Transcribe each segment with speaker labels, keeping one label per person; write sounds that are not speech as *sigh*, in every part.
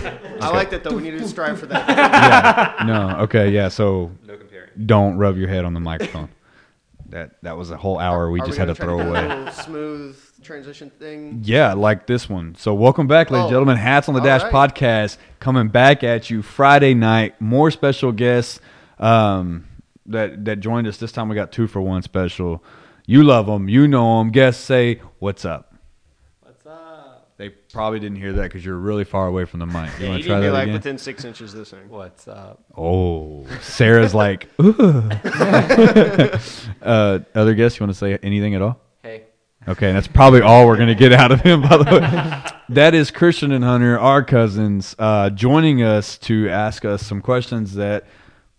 Speaker 1: I like that though. We need to strive for that.
Speaker 2: yeah. No. Okay. Yeah. So
Speaker 3: No comparing.
Speaker 2: don't rub your head on the microphone. That that was a whole hour *laughs* we
Speaker 1: Are
Speaker 2: just had
Speaker 1: gonna
Speaker 2: to
Speaker 1: try
Speaker 2: throw
Speaker 1: do a *laughs*
Speaker 2: away.
Speaker 1: little Smooth transition thing.
Speaker 2: Yeah, like this one. So welcome back, ladies and
Speaker 1: Oh.
Speaker 2: gentlemen. Hats on the
Speaker 1: All
Speaker 2: Dash
Speaker 1: right.
Speaker 2: podcast coming back at you Friday night. More special guests um, that that joined us this time. We got two for one special. You love them, you know them. Guests say what's up.
Speaker 3: What's up?
Speaker 2: They probably didn't hear that because you're really far away from the mic. You
Speaker 3: Yeah,
Speaker 2: want
Speaker 3: you
Speaker 2: to try
Speaker 1: Be
Speaker 2: that
Speaker 1: like
Speaker 2: again?
Speaker 1: within six inches of this thing.
Speaker 3: What's up?
Speaker 2: Oh, Sarah's like, ooh. *laughs* uh, other guests, you want to say anything at all?
Speaker 3: Hey.
Speaker 2: Okay, and that's probably all we're going to get out of him, by the way. that is Christian and Hunter, our cousins, uh, joining us to ask us some questions that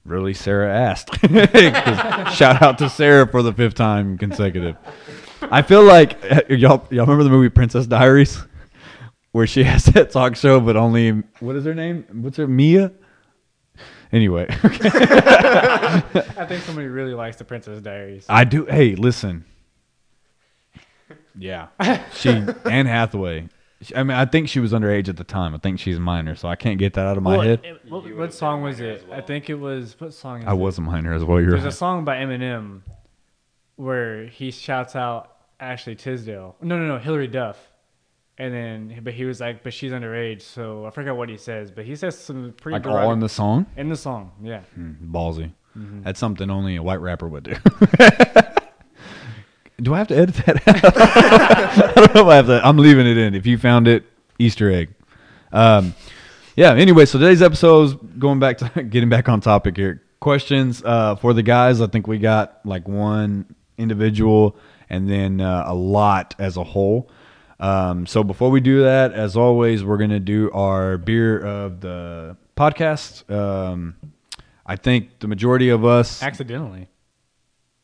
Speaker 2: really Sarah asked. *laughs* 'Cause shout out to Sarah for the fifth time consecutive. I feel like uh, y'all, y'all remember the movie Princess Diaries? Where she has that talk show, but only what is her name? What's her Mia? Anyway, *laughs*
Speaker 4: I think somebody really likes the Princess Diaries.
Speaker 2: I do. Hey, listen. Yeah,
Speaker 4: *laughs*
Speaker 2: she Anne Hathaway. She- I mean, I think she was underage at the time. I think she's a minor, so I can't get that out of my
Speaker 4: Well,
Speaker 2: head.
Speaker 4: it- what,
Speaker 3: You
Speaker 4: what
Speaker 3: would've
Speaker 4: song
Speaker 3: been
Speaker 4: was
Speaker 3: mine as
Speaker 4: it? I
Speaker 3: well.
Speaker 4: think it was what song? Is
Speaker 2: I
Speaker 4: it?
Speaker 2: was a minor as well. You're
Speaker 4: There's a
Speaker 2: right.
Speaker 4: song by Eminem where he shouts out Ashley Tisdale. No, no, no, Hillary Duff. And then, but he was like, but she's underage, so I forgot what he says. But he says some pretty
Speaker 2: like all in
Speaker 4: derogatory-
Speaker 2: the song.
Speaker 4: in the song, yeah.
Speaker 2: Mm, ballsy.
Speaker 4: Mm-hmm.
Speaker 2: That's something only a white rapper would do. *laughs* do I have to edit that? *laughs* out? I don't know if I have to. I'm leaving it in. If you found it, Easter egg. Um, yeah. Anyway, so today's episode is going back to *laughs* getting back on topic here. Questions uh, for the guys. I think we got like one individual and then uh, a lot as a whole. Um, so before we do that, as always, we're gonna do our beer of the podcast. Um, I think the majority of us
Speaker 4: Accidentally,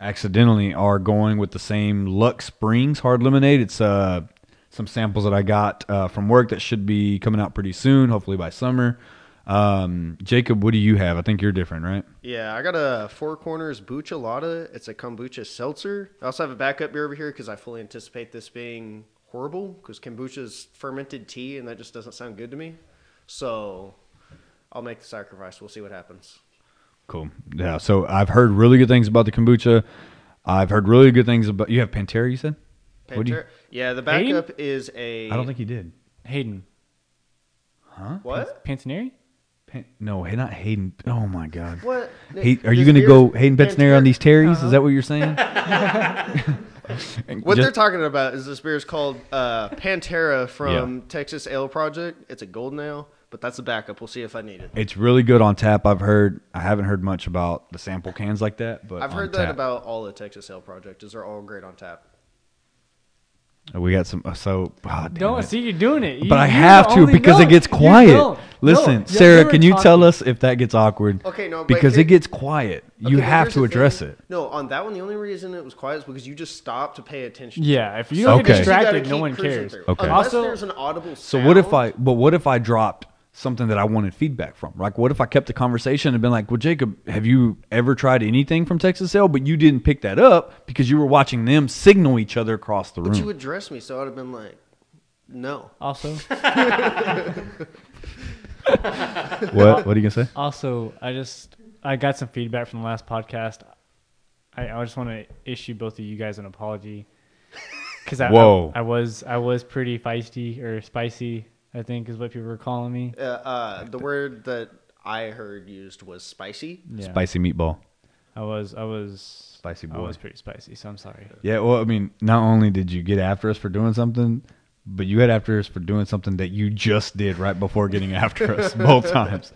Speaker 2: accidentally are going with the same Lux Springs hard lemonade. It's uh, some samples that I got uh, from work that should be coming out pretty soon, hopefully by summer. Um, Jacob, what do you have? I think you're different, right?
Speaker 1: Yeah, I got a Four Corners Buchalada. It's a kombucha seltzer. I also have a backup beer over here because I fully anticipate this being horrible because kombucha is fermented tea and that just doesn't sound good to me. So I'll make the sacrifice. We'll see what happens.
Speaker 2: Cool. Yeah. So I've heard really good things about the kombucha. I've heard really good things about. You have Pantera, you said. What do you-
Speaker 1: Pantera- yeah, the
Speaker 4: Hayden?
Speaker 1: backup is a.
Speaker 2: I don't think you did.
Speaker 4: Hayden
Speaker 2: Huh?
Speaker 1: What?
Speaker 4: Pantaneri.
Speaker 2: Pan- no, hey, not Hayden. Oh my God.
Speaker 1: What?
Speaker 2: Hey, are
Speaker 1: This
Speaker 2: you going to
Speaker 1: beer-
Speaker 2: go Hayden Bettenary
Speaker 1: Pantera- Uh-huh.
Speaker 2: on these Terries? Is that what you're
Speaker 1: *laughs*
Speaker 2: saying? *laughs*
Speaker 1: What
Speaker 2: Just-
Speaker 1: they're talking about is this beer is called uh,
Speaker 2: *laughs*
Speaker 1: Pantera from Texas Ale Project. It's a golden ale, but that's the backup. We'll see if I need it.
Speaker 2: It's really good on tap. I've heard. I haven't heard much about the sample cans like that, but
Speaker 1: I've
Speaker 2: on
Speaker 1: heard that
Speaker 2: tap.
Speaker 1: about all the Texas Ale Project. Is they're all great on tap.
Speaker 2: We got some. So ah, damn
Speaker 4: Don't
Speaker 2: it.
Speaker 4: see you're doing it. You-
Speaker 2: But I
Speaker 4: you
Speaker 2: have to
Speaker 4: only
Speaker 2: because it
Speaker 4: know.
Speaker 2: gets
Speaker 4: You
Speaker 2: quiet.
Speaker 4: don't.
Speaker 2: Listen,
Speaker 4: No, you
Speaker 2: Sarah,
Speaker 4: never
Speaker 2: can you
Speaker 4: talk-
Speaker 2: tell us if that gets awkward?
Speaker 1: Okay, no, but
Speaker 2: because
Speaker 1: here-
Speaker 2: it gets quiet. you
Speaker 1: Okay, but
Speaker 2: have
Speaker 1: here's
Speaker 2: to
Speaker 1: the
Speaker 2: address
Speaker 1: thing.
Speaker 2: it.
Speaker 1: No, on that one, the only reason it was quiet is because you just stopped to pay attention.
Speaker 4: Yeah, if you don't
Speaker 2: Okay.
Speaker 4: get
Speaker 2: You
Speaker 1: gotta
Speaker 4: distracted, no
Speaker 1: keep
Speaker 4: one
Speaker 1: cruising
Speaker 4: cares.
Speaker 1: through.
Speaker 2: Okay.
Speaker 1: Unless
Speaker 4: Also-
Speaker 1: there's an audible.
Speaker 2: So what if
Speaker 1: sound.
Speaker 2: I? But what if I dropped something that I wanted feedback from? Like, what if I kept the conversation and been like, "Well, Jacob, have you ever tried anything from Texas Sale?" But you didn't pick that up because you were watching them signal each other across the room.
Speaker 1: But you addressed me, so I'd have been like, no.
Speaker 4: Also,
Speaker 1: *laughs*
Speaker 2: what? What are you gonna say?
Speaker 4: Also, I just I got some feedback from the last podcast. I, I just want to issue both of you guys an apology because I,
Speaker 2: Whoa.
Speaker 4: I was I was pretty feisty or spicy. I think is what people were calling me.
Speaker 1: Uh, uh, the word that I heard used was spicy.
Speaker 4: Yeah,
Speaker 2: Spicy meatball.
Speaker 4: I was I was spicy.
Speaker 2: Spicy
Speaker 4: I
Speaker 2: boy.
Speaker 4: was pretty spicy, so I'm sorry.
Speaker 2: Yeah, well, I mean, not only did you get after us for doing something, but you had after us for doing something that you just did right before getting *laughs* after us both times.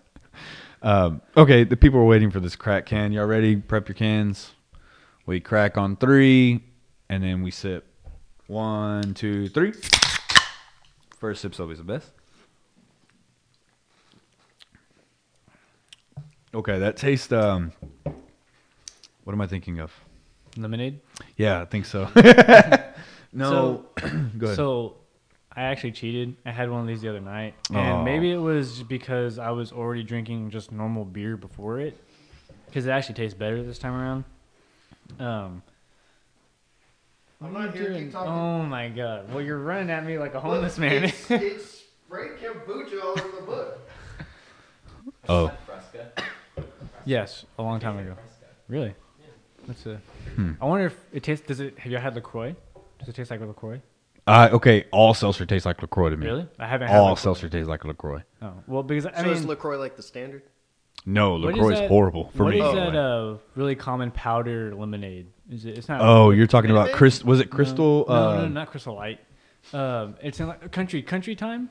Speaker 2: Um, okay, the people are waiting for this crack can. Y'all ready? Prep your cans. We crack on three, and then we sip. One, two, three. First sip's always the best. Okay, that tastes. Um, what am I thinking of?
Speaker 4: Lemonade.
Speaker 2: Yeah, I think so. *laughs* no, *clears throat* go ahead.
Speaker 4: So I actually cheated. I had one of these the other night, and
Speaker 2: Oh.
Speaker 4: maybe it was because I was already drinking just normal beer before it, because it actually tastes better this time around. Um, what
Speaker 1: I'm
Speaker 4: are you
Speaker 1: not here, keep
Speaker 4: doing?
Speaker 1: talking. *laughs*
Speaker 2: *laughs*
Speaker 4: Oh my god! Well, you're running at me like a homeless man.
Speaker 1: It's, it's Break kombucha all over the book.
Speaker 2: Oh,
Speaker 3: Fresca.
Speaker 4: *laughs* Yes, a long time ago. Really? That's a.
Speaker 2: Hmm.
Speaker 4: I wonder if it tastes. Does it? Have you had Lacroix? Does it taste like Lacroix?
Speaker 2: uh, okay. All seltzer tastes like Lacroix to me.
Speaker 4: Really? I haven't had.
Speaker 2: Hmm. All
Speaker 4: LaCroix.
Speaker 2: seltzer tastes like Lacroix.
Speaker 4: Oh well, because I
Speaker 1: so
Speaker 4: mean,
Speaker 1: is Lacroix like the standard?
Speaker 2: No,
Speaker 4: what
Speaker 2: Lacroix is,
Speaker 4: that-
Speaker 2: horrible for me.
Speaker 4: What is
Speaker 2: anyway.
Speaker 4: that? Uh, really common powder lemonade. Is it? It's not.
Speaker 2: oh, you're talking
Speaker 1: Anything?
Speaker 2: about Chris? Was it
Speaker 4: no,
Speaker 2: Crystal?
Speaker 4: No,
Speaker 2: uh,
Speaker 4: no, not Crystal Light. Um, it's in like country, country time.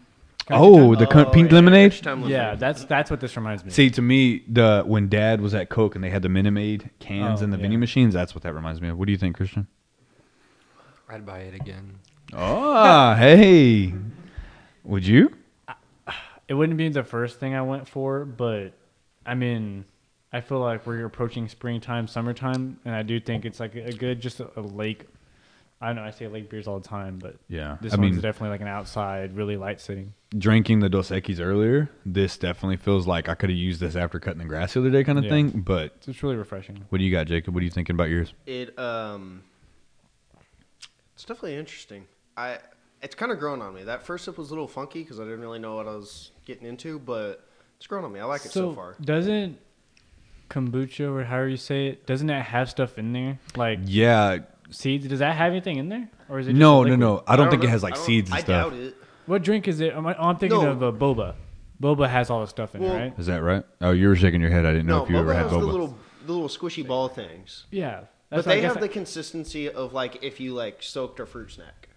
Speaker 4: Country
Speaker 2: Oh,
Speaker 4: time?
Speaker 2: the cunt-
Speaker 1: Oh,
Speaker 2: pink
Speaker 1: yeah,
Speaker 2: lemonade.
Speaker 1: which time was
Speaker 4: yeah,
Speaker 1: it?
Speaker 4: that's that's what this reminds me. of.
Speaker 2: See, to me, the when Dad was at Coke and they had the Minute Maid cans
Speaker 4: Oh,
Speaker 2: and the
Speaker 4: yeah.
Speaker 2: vending machines, that's what that reminds me of. What do you think, Christian?
Speaker 5: I'd buy it again.
Speaker 2: *laughs* Ah, hey, would you?
Speaker 4: it wouldn't be the first thing I went for, but I mean, I feel like we're approaching springtime, summertime, and I do think it's like a good, just a, a lake. I know I say lake beers all the time, but
Speaker 2: Yeah,
Speaker 4: this
Speaker 2: I
Speaker 4: one's
Speaker 2: mean-
Speaker 4: definitely like an outside, really light sitting.
Speaker 2: Drinking the Dos Equis earlier, this definitely feels like I could have used this after cutting the grass the other day, kind of
Speaker 4: Yeah.
Speaker 2: thing. But
Speaker 4: So it's really refreshing.
Speaker 2: what do you got, Jacob? What are you thinking about yours?
Speaker 1: It um, it's definitely interesting. I it's kind of grown on me. That first sip was a little funky because I didn't really know what I was getting into, but it's grown on me. I like it so, far.
Speaker 4: doesn't kombucha or however you say it doesn't that have stuff in there like
Speaker 2: Yeah,
Speaker 4: seeds? Does that have anything in there, or is it just a
Speaker 2: no, no,
Speaker 4: liquid?
Speaker 2: no. I don't, think
Speaker 1: know-
Speaker 2: it has like
Speaker 1: I don't-
Speaker 2: seeds and
Speaker 1: I
Speaker 2: stuff.
Speaker 1: doubt it.
Speaker 4: What drink is it? Am I- oh, I'm thinking
Speaker 1: No.
Speaker 4: of uh, boba. Boba has all the stuff in it,
Speaker 1: Well-
Speaker 4: right?
Speaker 2: Is that right? Oh, you were shaking your head. I didn't know
Speaker 1: No,
Speaker 2: if you ever
Speaker 1: boba
Speaker 2: had
Speaker 1: has
Speaker 2: boba.
Speaker 1: the little the little squishy ball things,
Speaker 4: Yeah,
Speaker 1: but
Speaker 4: that's what I
Speaker 1: they
Speaker 4: guess
Speaker 1: have
Speaker 4: I-
Speaker 1: the consistency of like if you like soaked a fruit snack.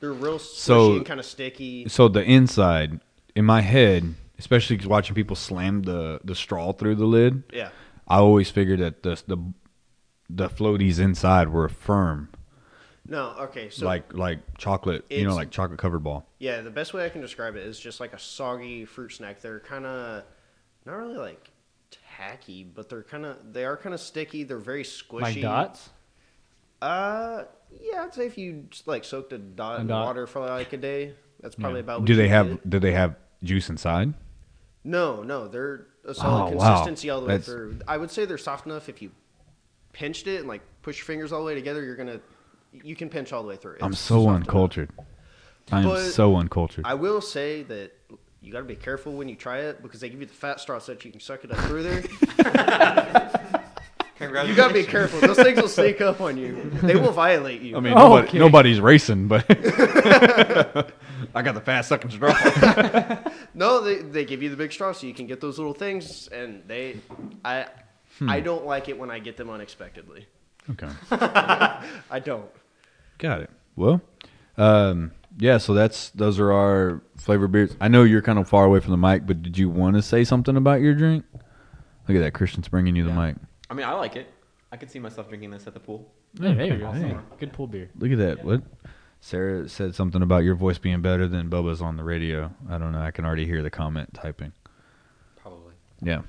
Speaker 1: They're real squishy
Speaker 2: So-
Speaker 1: and kind of sticky.
Speaker 2: so the inside in my head, especially 'cause watching people slam the the straw through the lid.
Speaker 1: Yeah.
Speaker 2: I always figured that the the the floaties inside were firm,
Speaker 1: No. Okay. So
Speaker 2: like like chocolate, you know,
Speaker 1: It's-
Speaker 2: like chocolate covered ball.
Speaker 1: Yeah, the best way I can describe it is just like a soggy fruit snack. They're kind of not really like tacky, but they're kind of they are kind of sticky. They're very squishy.
Speaker 4: like dots.
Speaker 1: Uh, yeah, I'd say if you just, like soaked a dot
Speaker 4: A
Speaker 1: in
Speaker 4: dot.
Speaker 1: water for like a day, that's probably about. What
Speaker 2: Do
Speaker 1: Oh, you
Speaker 2: they have
Speaker 1: get.
Speaker 2: do they have juice inside?
Speaker 1: No, no, they're a solid
Speaker 2: Oh, wow.
Speaker 1: consistency all the way
Speaker 2: That's-
Speaker 1: through. I would say they're soft enough if you pinched it and like push your fingers all the way together, you're gonna you can pinch all the way through.
Speaker 2: I'm
Speaker 1: It's
Speaker 2: so
Speaker 1: soft enough.
Speaker 2: uncultured. I am
Speaker 1: But-
Speaker 2: so uncultured.
Speaker 1: I will say that you got to be careful when you try it because they give you the fat straw so that you can suck it up through there. you got to be careful. Those things will sneak up on you. They will violate you.
Speaker 2: I mean,
Speaker 4: Oh,
Speaker 2: nobody,
Speaker 4: okay.
Speaker 2: nobody's racing,
Speaker 1: *laughs*
Speaker 2: but I got the fast sucking straw.
Speaker 1: no, they, they give you the big straw so you can get those little things, and they, I,
Speaker 2: Hmm.
Speaker 1: I don't like it when I get them unexpectedly.
Speaker 2: okay,
Speaker 1: I don't.
Speaker 2: got it. Well, um, yeah. So that's those are our flavor beers. I know you're kind of far away from the mic, but did you want to say something about your drink? Look at that, Christian's bringing you the
Speaker 3: Yeah.
Speaker 2: mic.
Speaker 3: I mean, I like it. I could see myself drinking this at the pool.
Speaker 4: Hey, there you go.
Speaker 2: Hey.
Speaker 4: Good pool beer.
Speaker 2: Look at that. What? Sarah said something about your voice being better than Bubba's on the radio. I don't know. I can already hear the comment typing.
Speaker 5: Probably.
Speaker 2: Yeah.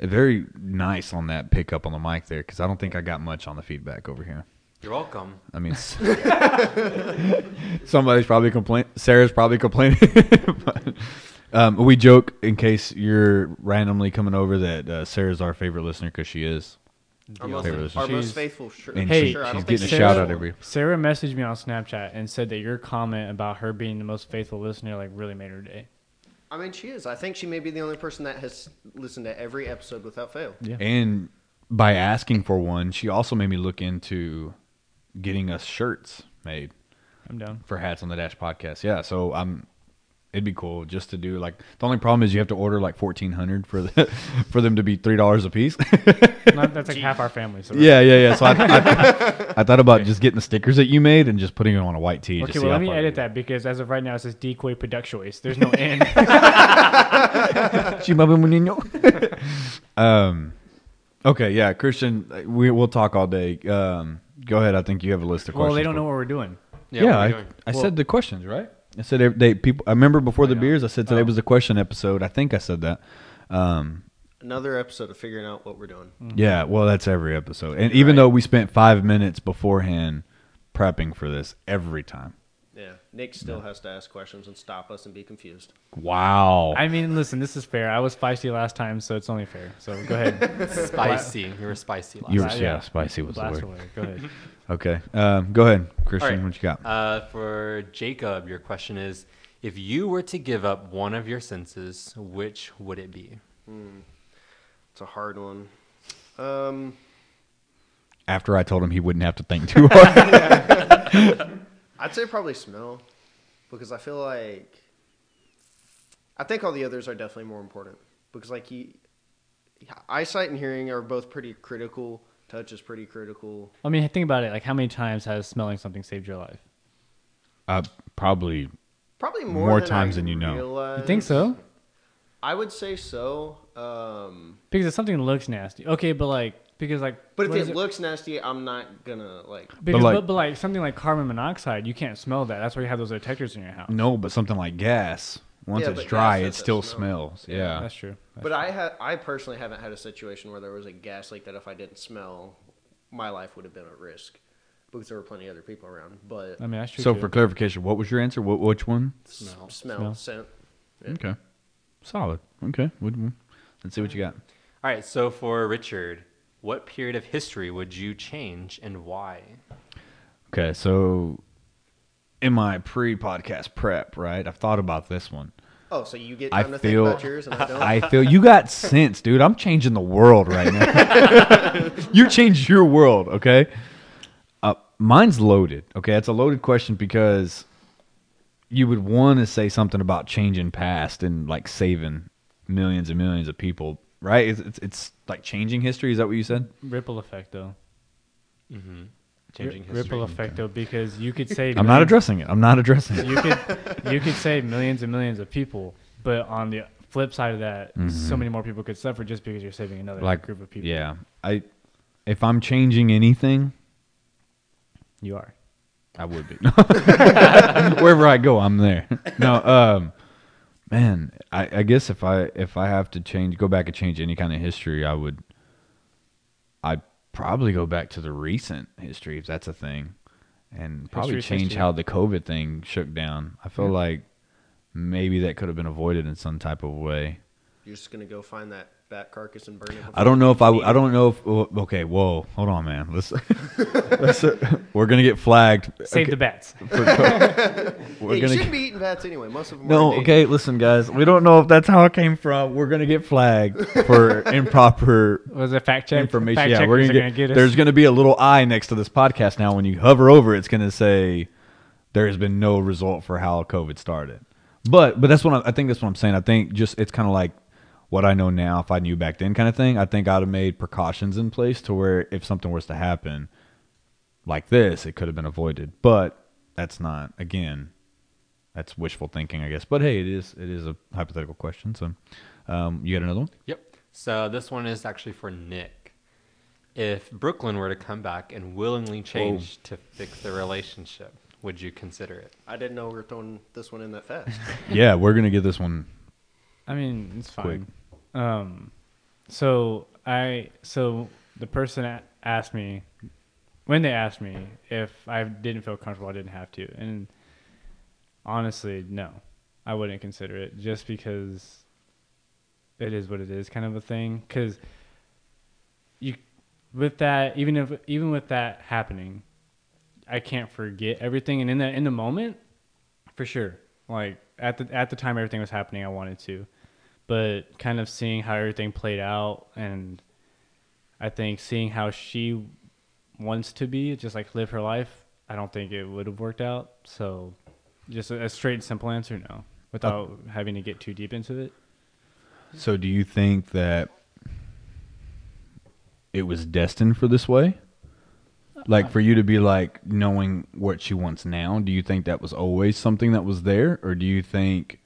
Speaker 2: Very nice on that pickup on the mic there because I don't think I got much on the feedback over here.
Speaker 5: You're welcome.
Speaker 2: I mean, s- somebody's probably complaining. Sarah's probably complaining. *laughs* But, um, we joke in case you're randomly coming over that uh, Sarah's our favorite listener because she is.
Speaker 1: Our,
Speaker 2: Yeah.
Speaker 1: most,
Speaker 2: Favorite listener.
Speaker 1: our most
Speaker 4: She's-
Speaker 1: faithful. Sure,
Speaker 2: And
Speaker 4: Hey,
Speaker 2: she-
Speaker 1: sure, I
Speaker 2: she's
Speaker 1: don't think
Speaker 2: getting a
Speaker 1: she's-
Speaker 2: shout out every.
Speaker 4: Sarah messaged me on Snapchat and said that your comment about her being the most faithful listener like really made her day.
Speaker 1: I mean, she is. I think she may be the only person that has listened to every episode without fail.
Speaker 4: Yeah.
Speaker 2: And by asking for one, she also made me look into getting us shirts made
Speaker 1: *laughs*
Speaker 4: I'm down.
Speaker 2: for Hats on the Dash podcast. Yeah, so I'm. It'd be cool just to do like the only problem is you have to order like fourteen hundred for the, *laughs* for them to be three dollars a piece. *laughs*
Speaker 4: Not- that's like half our family. So
Speaker 2: yeah, yeah, yeah. So I, I, I thought about *laughs* just getting the stickers that you made and just putting it on a white tee. just see
Speaker 4: Okay, well,
Speaker 2: how
Speaker 4: let me
Speaker 2: far-
Speaker 4: edit that because as of right now, it says Decoy Productiois.
Speaker 2: *laughs*
Speaker 4: There's no end.
Speaker 2: *laughs* um, okay, yeah, Christian, we we'll talk all day. Um, go ahead. I think you have a list of questions.
Speaker 4: well, they don't
Speaker 2: for-
Speaker 4: know what we're doing.
Speaker 2: Yeah, I, I said the questions right. I said ev- they people. I remember before the beers. I said
Speaker 4: Oh.
Speaker 2: today was the question episode. I think I said that. Um,
Speaker 1: Another episode of figuring out what we're doing.
Speaker 2: Yeah, well, that's every episode. And even
Speaker 1: Right.
Speaker 2: though we spent five minutes beforehand prepping for this every time.
Speaker 1: Yeah, Nick still has to ask questions and stop us and be confused.
Speaker 2: Wow.
Speaker 4: I mean, listen, this is fair. I was feisty last time, so it's only fair. So go
Speaker 2: *laughs*
Speaker 4: ahead.
Speaker 5: spicy. You were spicy last
Speaker 2: you were,
Speaker 5: time.
Speaker 2: yeah,
Speaker 4: yeah.
Speaker 2: spicy was the
Speaker 4: Blast
Speaker 2: word.
Speaker 4: away. Go ahead.
Speaker 2: Okay. Um, go ahead, Christian.
Speaker 5: All right.
Speaker 2: What you got?
Speaker 5: Uh, for Jacob, your question is If you were to give up one of your senses, which would it be?
Speaker 1: It's a hard one. Um,
Speaker 2: After I told him he wouldn't have to think too hard.
Speaker 1: I'd say probably smell, because I feel like I think all the others are definitely more important because like you, eyesight and hearing are both pretty critical. Touch is pretty critical.
Speaker 4: I mean, think about it. Like, how many times has smelling something saved your life?
Speaker 2: uh, probably.
Speaker 1: Probably more,
Speaker 2: More
Speaker 1: than
Speaker 2: times
Speaker 1: I
Speaker 2: than you know.
Speaker 4: You think
Speaker 1: realized.
Speaker 2: Uh,
Speaker 4: so?
Speaker 1: I would say so. Um,
Speaker 4: Because if something looks nasty, okay, but like because like
Speaker 1: but if
Speaker 4: what
Speaker 1: it,
Speaker 4: is
Speaker 1: looks nasty, I'm not gonna like.
Speaker 4: because but
Speaker 2: like-
Speaker 4: like, but, like something like carbon monoxide, you can't smell that. That's why you have those detectors in your house.
Speaker 2: No, but something like gas. Once
Speaker 1: Yeah,
Speaker 2: it's
Speaker 1: but
Speaker 2: dry,
Speaker 1: gas
Speaker 2: it
Speaker 1: has that
Speaker 2: still
Speaker 1: smell.
Speaker 2: smells. Yeah.
Speaker 4: That's true.
Speaker 1: But I ha- I personally haven't had a situation where there was a gas leak that if I didn't smell, my life would have been at risk because there were plenty of other people around. But
Speaker 4: I mean, that's true.
Speaker 2: so
Speaker 4: too.
Speaker 2: for clarification, what was your answer? What which one?
Speaker 1: s-
Speaker 5: Smell.
Speaker 1: smell,
Speaker 4: Smell.
Speaker 1: scent.
Speaker 2: Okay. Solid. Okay. Would- Let's see what you got.
Speaker 5: All right, so for Richard, what period of history would you change and why?
Speaker 2: Okay, so in my pre-podcast prep, right? I've thought about this one.
Speaker 1: Oh, so you get
Speaker 2: I
Speaker 1: time to
Speaker 2: feel-
Speaker 1: think about yours
Speaker 2: *laughs*
Speaker 1: and I don't.
Speaker 2: I feel you got *laughs* sense, dude. I'm changing the world right now. *laughs* you changed your world, okay? Uh, mine's loaded, okay? It's a loaded question because you would want to say something about changing past and like saving millions and millions of people, right? It's, it's, it's like changing history. Is that what you said?
Speaker 4: ripple effect though,
Speaker 5: Changing
Speaker 4: Ri-
Speaker 5: history.
Speaker 4: ripple effect though, because you
Speaker 2: *laughs*
Speaker 4: could save.
Speaker 2: I'm not
Speaker 4: millions-
Speaker 2: addressing it. I'm not addressing
Speaker 4: *laughs*
Speaker 2: it.
Speaker 4: you could you could save millions and millions of people, but on the flip side of that, so many more people could suffer just because you're saving another
Speaker 2: Mm-hmm. Like
Speaker 4: group of people.
Speaker 2: Yeah, I. If I'm changing anything,
Speaker 4: you are.
Speaker 2: I would be. *laughs* Wherever I go, I'm there. No, um, man, I, I guess if I if I have to change, go back and change any kind of history, I would. I'd probably go back to the recent history if that's a thing, and probably
Speaker 4: History's
Speaker 2: change
Speaker 4: history.
Speaker 2: how the COVID thing shook down. I feel like maybe that could have been avoided in some type of way.
Speaker 1: You're just gonna go find that bat carcass and burn it.
Speaker 2: I don't know if I. w- I don't know if. oh, Okay, whoa, hold on, man. Let's. *laughs* let's we're gonna get flagged.
Speaker 4: Save
Speaker 2: Okay,
Speaker 4: the bats.
Speaker 2: for co-
Speaker 1: Yeah,
Speaker 2: we're
Speaker 1: you
Speaker 2: gonna.
Speaker 1: shouldn't
Speaker 2: get-
Speaker 1: be eating bats anyway. Most of them.
Speaker 2: no,
Speaker 1: are
Speaker 2: okay, listen, guys. We don't know if that's how it came from. We're gonna get flagged for improper
Speaker 4: Was it fact check?
Speaker 2: information.
Speaker 4: Fact
Speaker 2: Yeah,
Speaker 4: checkers
Speaker 2: we're
Speaker 4: are
Speaker 2: gonna get.
Speaker 4: us.
Speaker 2: there's gonna be a little eye next to this podcast now. When you hover over, it, it's gonna say there has been no result for how COVID started. But but that's what I, I think. That's what I'm saying. I think just it's kind of like what I know now. If I knew back then, kind of thing. I think I'd have made precautions in place to where if something was to happen like this, it could have been avoided. But that's not again. That's wishful thinking, I guess. But hey, it is it is a hypothetical question. So, um, you got another one?
Speaker 5: Yep. So this one is actually for Nick. If Brooklyn were to come back and willingly change to fix their relationship, would you consider it?
Speaker 1: I didn't know we were throwing this one in that
Speaker 2: *laughs*
Speaker 1: fast.
Speaker 2: yeah, we're gonna get this one
Speaker 4: I mean, it's fine. Um, so I so the person a- asked me when they asked me if I didn't feel comfortable, I didn't have to, and honestly, no, I wouldn't consider it just because it is what it is, kind of a thing. Because you with that, even if even with that happening, I can't forget everything, and in that in the moment, for sure. Like at the at the time everything was happening, I wanted to, but kind of seeing how everything played out, and I think seeing how she wants to be, just like live her life, I don't think it would have worked out. So, just a, a straight and simple answer, no, without having to get too deep into it.
Speaker 2: So do you think that it was destined for this way? Like for you to be like knowing what she wants now, do you think that was always something that was there or do you think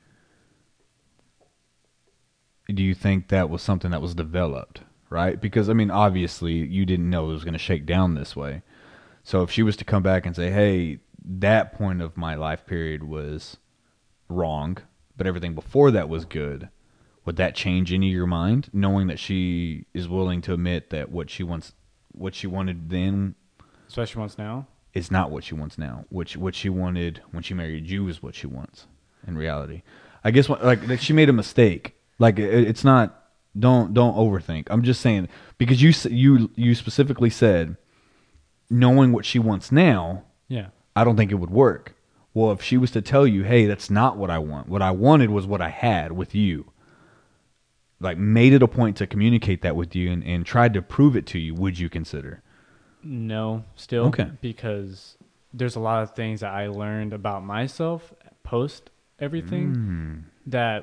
Speaker 2: do you think that was something that was developed, right? Because I mean obviously you didn't know it was going to shake down this way. So if she was to come back and say, "Hey, that point of my life period was wrong, but everything before that was good," would that change any of your mind, knowing that she is willing to admit that what she wants, what she wanted then,
Speaker 4: Especially once now.
Speaker 2: is not what she wants now. Which what she wanted when she married you is what she wants in reality. I guess what, like that she made a mistake. Like it, it's not. Don't don't overthink. I'm just saying because you s- you you specifically said knowing what she wants now
Speaker 4: Yeah.
Speaker 2: I don't think it would work. Well, if she was to tell you, hey, that's not what I want. What I wanted was what I had with you. Like made it a point to communicate that with you and, and tried to prove it to you, would you consider?
Speaker 4: No, still.
Speaker 2: Okay.
Speaker 4: Because there's a lot of things that I learned about myself post everything that,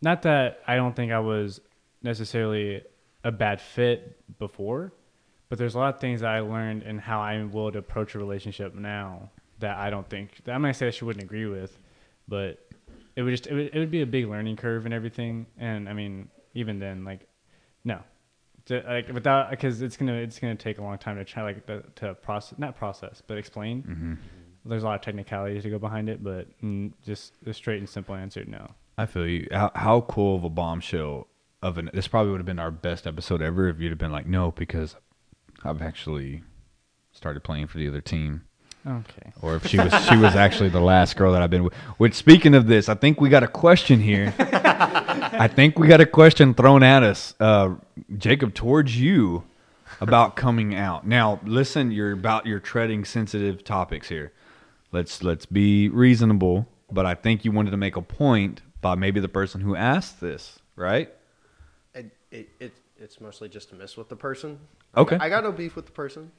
Speaker 4: not that I don't think I was necessarily a bad fit before, but there's a lot of things that I learned and how I would approach a relationship now that I don't think, that I'm not gonna say that she wouldn't agree with, but it would just, it would, it would be a big learning curve and everything. And I mean, even then, like, no, to, like without because it's gonna it's gonna take a long time to try like the, to process not process but explain. There's a lot of technicalities to go behind it, but mm, just the straight and simple answer no.
Speaker 2: I feel you. How, how cool of a bombshell of an this probably would have been our best episode ever if you'd have been like, no, because I've actually started playing for the other team.
Speaker 4: Okay.
Speaker 2: Or if she was she was actually the last girl that I've been with. Which speaking of this, I think we got a question here. I think we got a question thrown at us, uh, Jacob, towards you about coming out. Now, listen, you're about you're treading sensitive topics here. Let's let's be reasonable, but I think you wanted to make a point by maybe the person who asked this, right?
Speaker 1: It, it, it, it's mostly just to mess with the person.
Speaker 2: Okay.
Speaker 1: I got no beef with the person.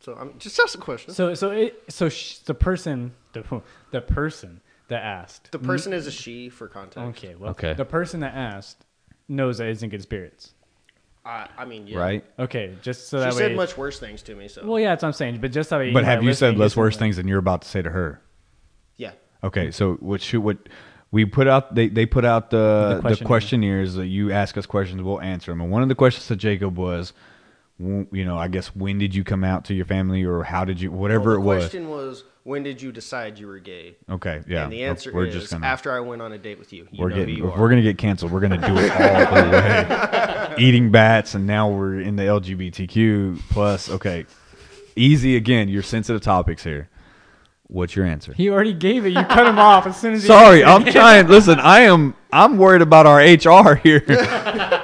Speaker 1: So I'm just ask a question.
Speaker 4: So so it so sh- the person the *laughs* the person that asked.
Speaker 1: the person is a she for context.
Speaker 4: Okay. Well.
Speaker 2: Okay.
Speaker 4: The person that asked knows that he's in good spirits.
Speaker 1: I, I mean, yeah.
Speaker 2: Right?
Speaker 4: Okay. Just so
Speaker 1: She
Speaker 4: that
Speaker 1: said
Speaker 4: way.
Speaker 1: much worse things to me. So
Speaker 4: well, yeah, that's what I'm saying. But just so that
Speaker 2: But
Speaker 4: by
Speaker 2: have you said
Speaker 4: listening,
Speaker 2: less
Speaker 4: get
Speaker 2: worse
Speaker 4: something.
Speaker 2: things than you're about to say to her?
Speaker 1: yeah.
Speaker 2: Okay, so what should what we put out? They they put out the the,
Speaker 4: The questionnaire.
Speaker 2: questionnaires that you ask us questions, we'll answer them. And one of the questions to Jacob was, w- you know, I guess when did you come out to your family, or how did you,
Speaker 1: Well, the
Speaker 2: whatever it was.
Speaker 1: question was, when did you decide you were gay?
Speaker 2: Okay, yeah.
Speaker 1: and the answer
Speaker 2: we're
Speaker 1: is
Speaker 2: just gonna,
Speaker 1: after I went on a date with you. You
Speaker 2: we're
Speaker 1: know
Speaker 2: getting
Speaker 1: who you
Speaker 2: if
Speaker 1: are.
Speaker 2: we're gonna get canceled. We're gonna do it all the way.
Speaker 1: *laughs*
Speaker 2: Eating bats, and now we're in the LGBTQ plus. Okay, easy again. Your sensitive topics here. What's your answer?
Speaker 4: He already gave it. You
Speaker 1: *laughs*
Speaker 4: cut him off as soon as.
Speaker 2: *laughs*
Speaker 4: he
Speaker 2: Sorry, I'm trying. Listen, I am. I'm worried about our HR
Speaker 1: *laughs*
Speaker 2: here.
Speaker 4: *laughs*
Speaker 2: *laughs*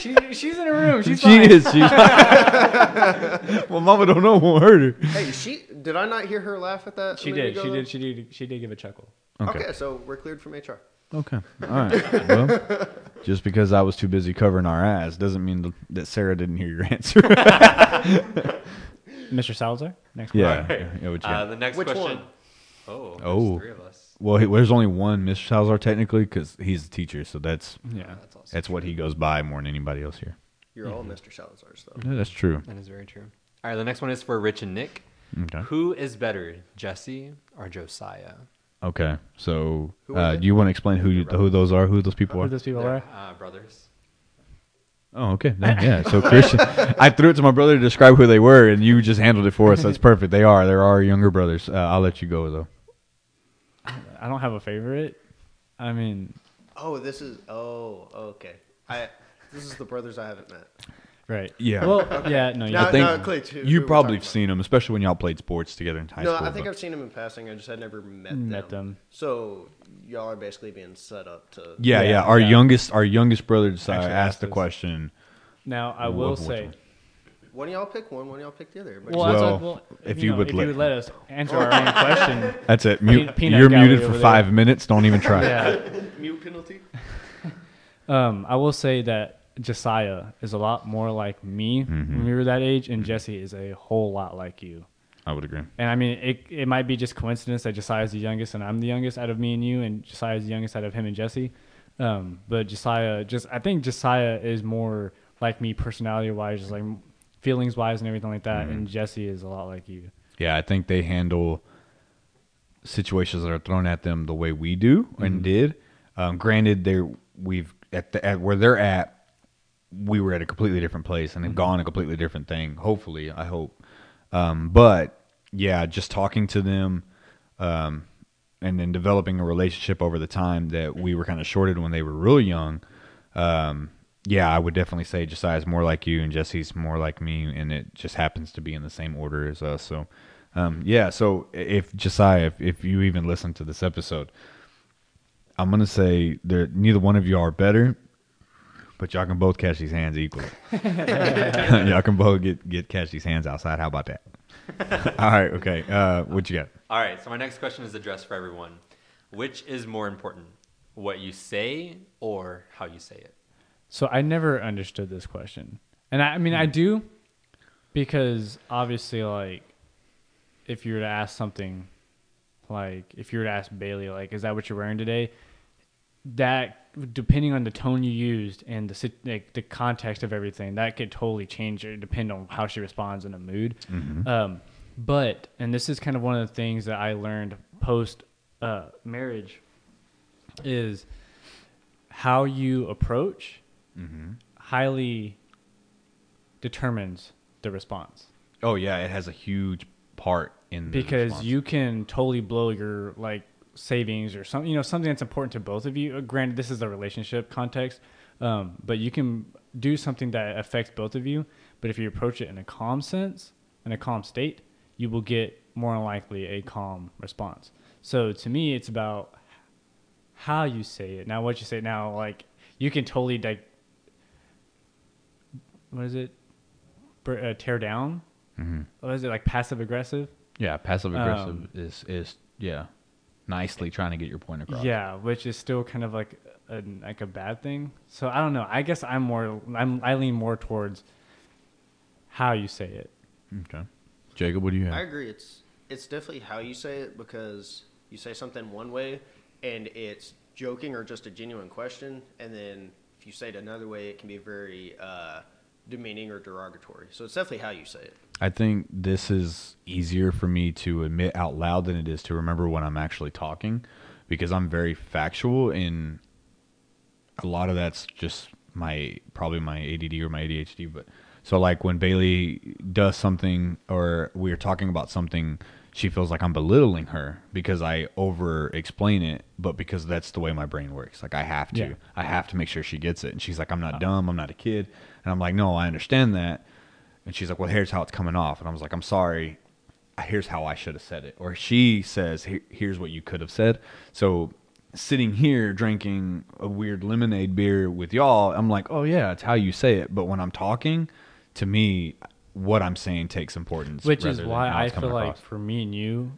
Speaker 4: She, she's in a room. She's
Speaker 2: she *laughs* is.
Speaker 1: *laughs*
Speaker 2: She's. well, Mama don't know won't hurt her.
Speaker 1: hey, she did I not hear her laugh at that? a
Speaker 4: She
Speaker 1: minute
Speaker 4: did.
Speaker 1: ago,
Speaker 4: She
Speaker 1: though?
Speaker 4: did. She did. She did give a chuckle.
Speaker 2: Okay.
Speaker 1: okay, so we're cleared from HR.
Speaker 2: Okay. All right. Well, just because I was too busy covering our ass doesn't mean that Sarah didn't hear your *laughs* answer.
Speaker 4: Mr. Salazar, next
Speaker 2: yeah.
Speaker 5: All right.
Speaker 2: yeah, what you got?
Speaker 5: Uh, the next
Speaker 1: Which
Speaker 5: question.
Speaker 1: one?
Speaker 5: Oh,
Speaker 2: Oh.
Speaker 5: there's three of us.
Speaker 2: well, he, there's only one Mr. Salazar technically because he's a teacher, so that's
Speaker 4: one. Yeah.
Speaker 5: That's awesome.
Speaker 2: that's what he goes by more than anybody else here.
Speaker 1: You're all Mr. Salazar's though.
Speaker 2: Yeah, that's true.
Speaker 5: That is very true. All right, the next one is for Rich and Nick.
Speaker 2: Okay.
Speaker 5: Who is better, Jesse or Josiah?
Speaker 2: Okay. So,
Speaker 1: Who was
Speaker 2: uh,
Speaker 1: it?
Speaker 2: do you want to explain who you, who those are? Who those people
Speaker 4: Who
Speaker 2: are?
Speaker 4: those people
Speaker 5: They're,
Speaker 4: are?
Speaker 5: Uh, brothers.
Speaker 2: Oh, okay. Then, yeah. So Christian, I threw it to my brother to describe who they were, and you just handled it for us. That's perfect. They are. They're our younger brothers. Uh, I'll let you go though.
Speaker 4: I don't have a favorite. I mean,
Speaker 2: Mm-hmm.
Speaker 1: Oh, this is oh okay. I this is the brothers I haven't met.
Speaker 4: right.
Speaker 2: Yeah.
Speaker 4: Well, yeah.
Speaker 1: No,
Speaker 4: No, you
Speaker 1: I
Speaker 4: think
Speaker 1: no, Clay, who- who
Speaker 2: you
Speaker 1: we're talking
Speaker 2: probably have
Speaker 1: about.
Speaker 2: seen them, especially when y'all played sports together in high
Speaker 1: No,
Speaker 2: school.
Speaker 1: I think
Speaker 2: but-
Speaker 1: I've seen them in passing. I just had never met them.
Speaker 4: Met them.
Speaker 1: So y'all are basically being set up to.
Speaker 2: yeah, yeah,
Speaker 4: Yeah,
Speaker 2: Our
Speaker 4: yeah.
Speaker 2: youngest, our youngest brother decided,
Speaker 4: Actually
Speaker 2: asked
Speaker 4: asked
Speaker 2: the
Speaker 4: us.
Speaker 2: question.
Speaker 4: now I
Speaker 2: Wh-
Speaker 4: will
Speaker 2: which
Speaker 4: say.
Speaker 2: one?
Speaker 1: One of y'all pick one. One of y'all pick the other. But
Speaker 4: Well, that's
Speaker 2: Well,
Speaker 4: what, well
Speaker 2: if you would
Speaker 4: if
Speaker 2: let-
Speaker 4: you would let us answer our
Speaker 2: *laughs*
Speaker 4: own question,
Speaker 2: That's it.
Speaker 4: Pe-
Speaker 2: Mute.
Speaker 4: peanut
Speaker 2: You're
Speaker 4: gallery
Speaker 2: muted for
Speaker 4: over there.
Speaker 2: five minutes. Don't even try.
Speaker 4: *laughs* yeah.
Speaker 1: mute penalty.
Speaker 4: Um, I will say that Josiah is a lot more like me
Speaker 2: Mm-hmm.
Speaker 4: when we were that age, and Jesse is a whole lot like you.
Speaker 2: I would agree.
Speaker 4: And I mean, it, it might be just coincidence that Josiah's the youngest and I'm the youngest out of me and you, and Josiah's the youngest out of him and Jesse. Um, but Josiah, just I think Josiah is more like me personality wise, just like feelings wise and everything like that.
Speaker 2: Mm-hmm.
Speaker 4: And Jesse is a lot like you.
Speaker 2: Yeah, I think they handle situations that are thrown at them the way we do and did. Um, granted, they we've at the at where they're at, we were at a completely different place and have gone a completely different thing. Hopefully, I hope. Um, but yeah, just talking to them, um, and then developing a relationship over the time that we were kind of shorted when they were real young. Um, yeah, I would definitely say Josiah's more like you and Jesse's more like me, and it just happens to be in the same order as us. So, um, yeah. So if Josiah, if, if you even listen to this episode, I'm gonna say that neither one of you are better, but y'all can both catch these hands equally. *laughs* y'all can both get get catch these hands outside. How about that? All right. Okay. Uh, what you got?
Speaker 5: All right, so my next question is addressed for everyone. Which is more important, what you say or how you say it?
Speaker 4: So I never understood this question. And I, I mean, I do because obviously, like, if you were to ask something, like, if you were to ask Bailey, like, is that what you're wearing today? That, depending on the tone you used and the sit- like, the context of everything, that could totally change it, depend on how she responds in the mood. Um, but, and this is kind of one of the things that I learned post uh, marriage is how you approach highly determines the response
Speaker 2: Oh yeah, it has a huge part in the
Speaker 4: because
Speaker 2: response.
Speaker 4: you can totally blow your like savings or something you know something that's important to both of you Uh, granted this is a relationship context um, but you can do something that affects both of you but if you approach it in a calm sense in a calm state you will get more than likely a calm response so to me it's about how you say it now what you say now like you can totally like what is it Br- uh, tear down
Speaker 2: Mm-hmm.
Speaker 4: what is it like passive aggressive
Speaker 2: yeah, passive aggressive
Speaker 4: Um,
Speaker 2: is is yeah, nicely trying to get your point across.
Speaker 4: Yeah, which is still kind of like a, like a bad thing. So I don't know. I guess I'm more I'm I lean more towards how you say it.
Speaker 2: Okay. Jacob, what do you have?
Speaker 1: I agree. It's it's definitely how you say it because you say something one way and it's joking or just a genuine question, and then if you say it another way, it can be very uh, demeaning or derogatory. So it's definitely how you say it.
Speaker 2: I think this is easier for me to admit out loud than it is to remember when I'm actually talking because I'm very factual and a lot of that's just my probably my ADD or my ADHD but so like when Bailey does something or we're talking about something she feels like I'm belittling her because I over explain it but because that's the way my brain works like I have to
Speaker 4: Yeah.
Speaker 2: I have to make sure she gets it and she's like I'm
Speaker 4: Oh.
Speaker 2: not dumb I'm not a kid and I'm like no I understand that and she's like, "Well, here's how it's coming off." And I was like, "I'm sorry. Here's how I should have said it." Or she says, "Here- "Here's what you could have said." So sitting here drinking a weird lemonade beer with y'all, I'm like, "Oh yeah, it's how you say it." But when I'm talking, to me, what I'm saying takes importance.
Speaker 4: Which
Speaker 2: rather
Speaker 4: is
Speaker 2: than
Speaker 4: why
Speaker 2: how
Speaker 4: I
Speaker 2: it's coming
Speaker 4: feel like
Speaker 2: across.
Speaker 4: for me and you,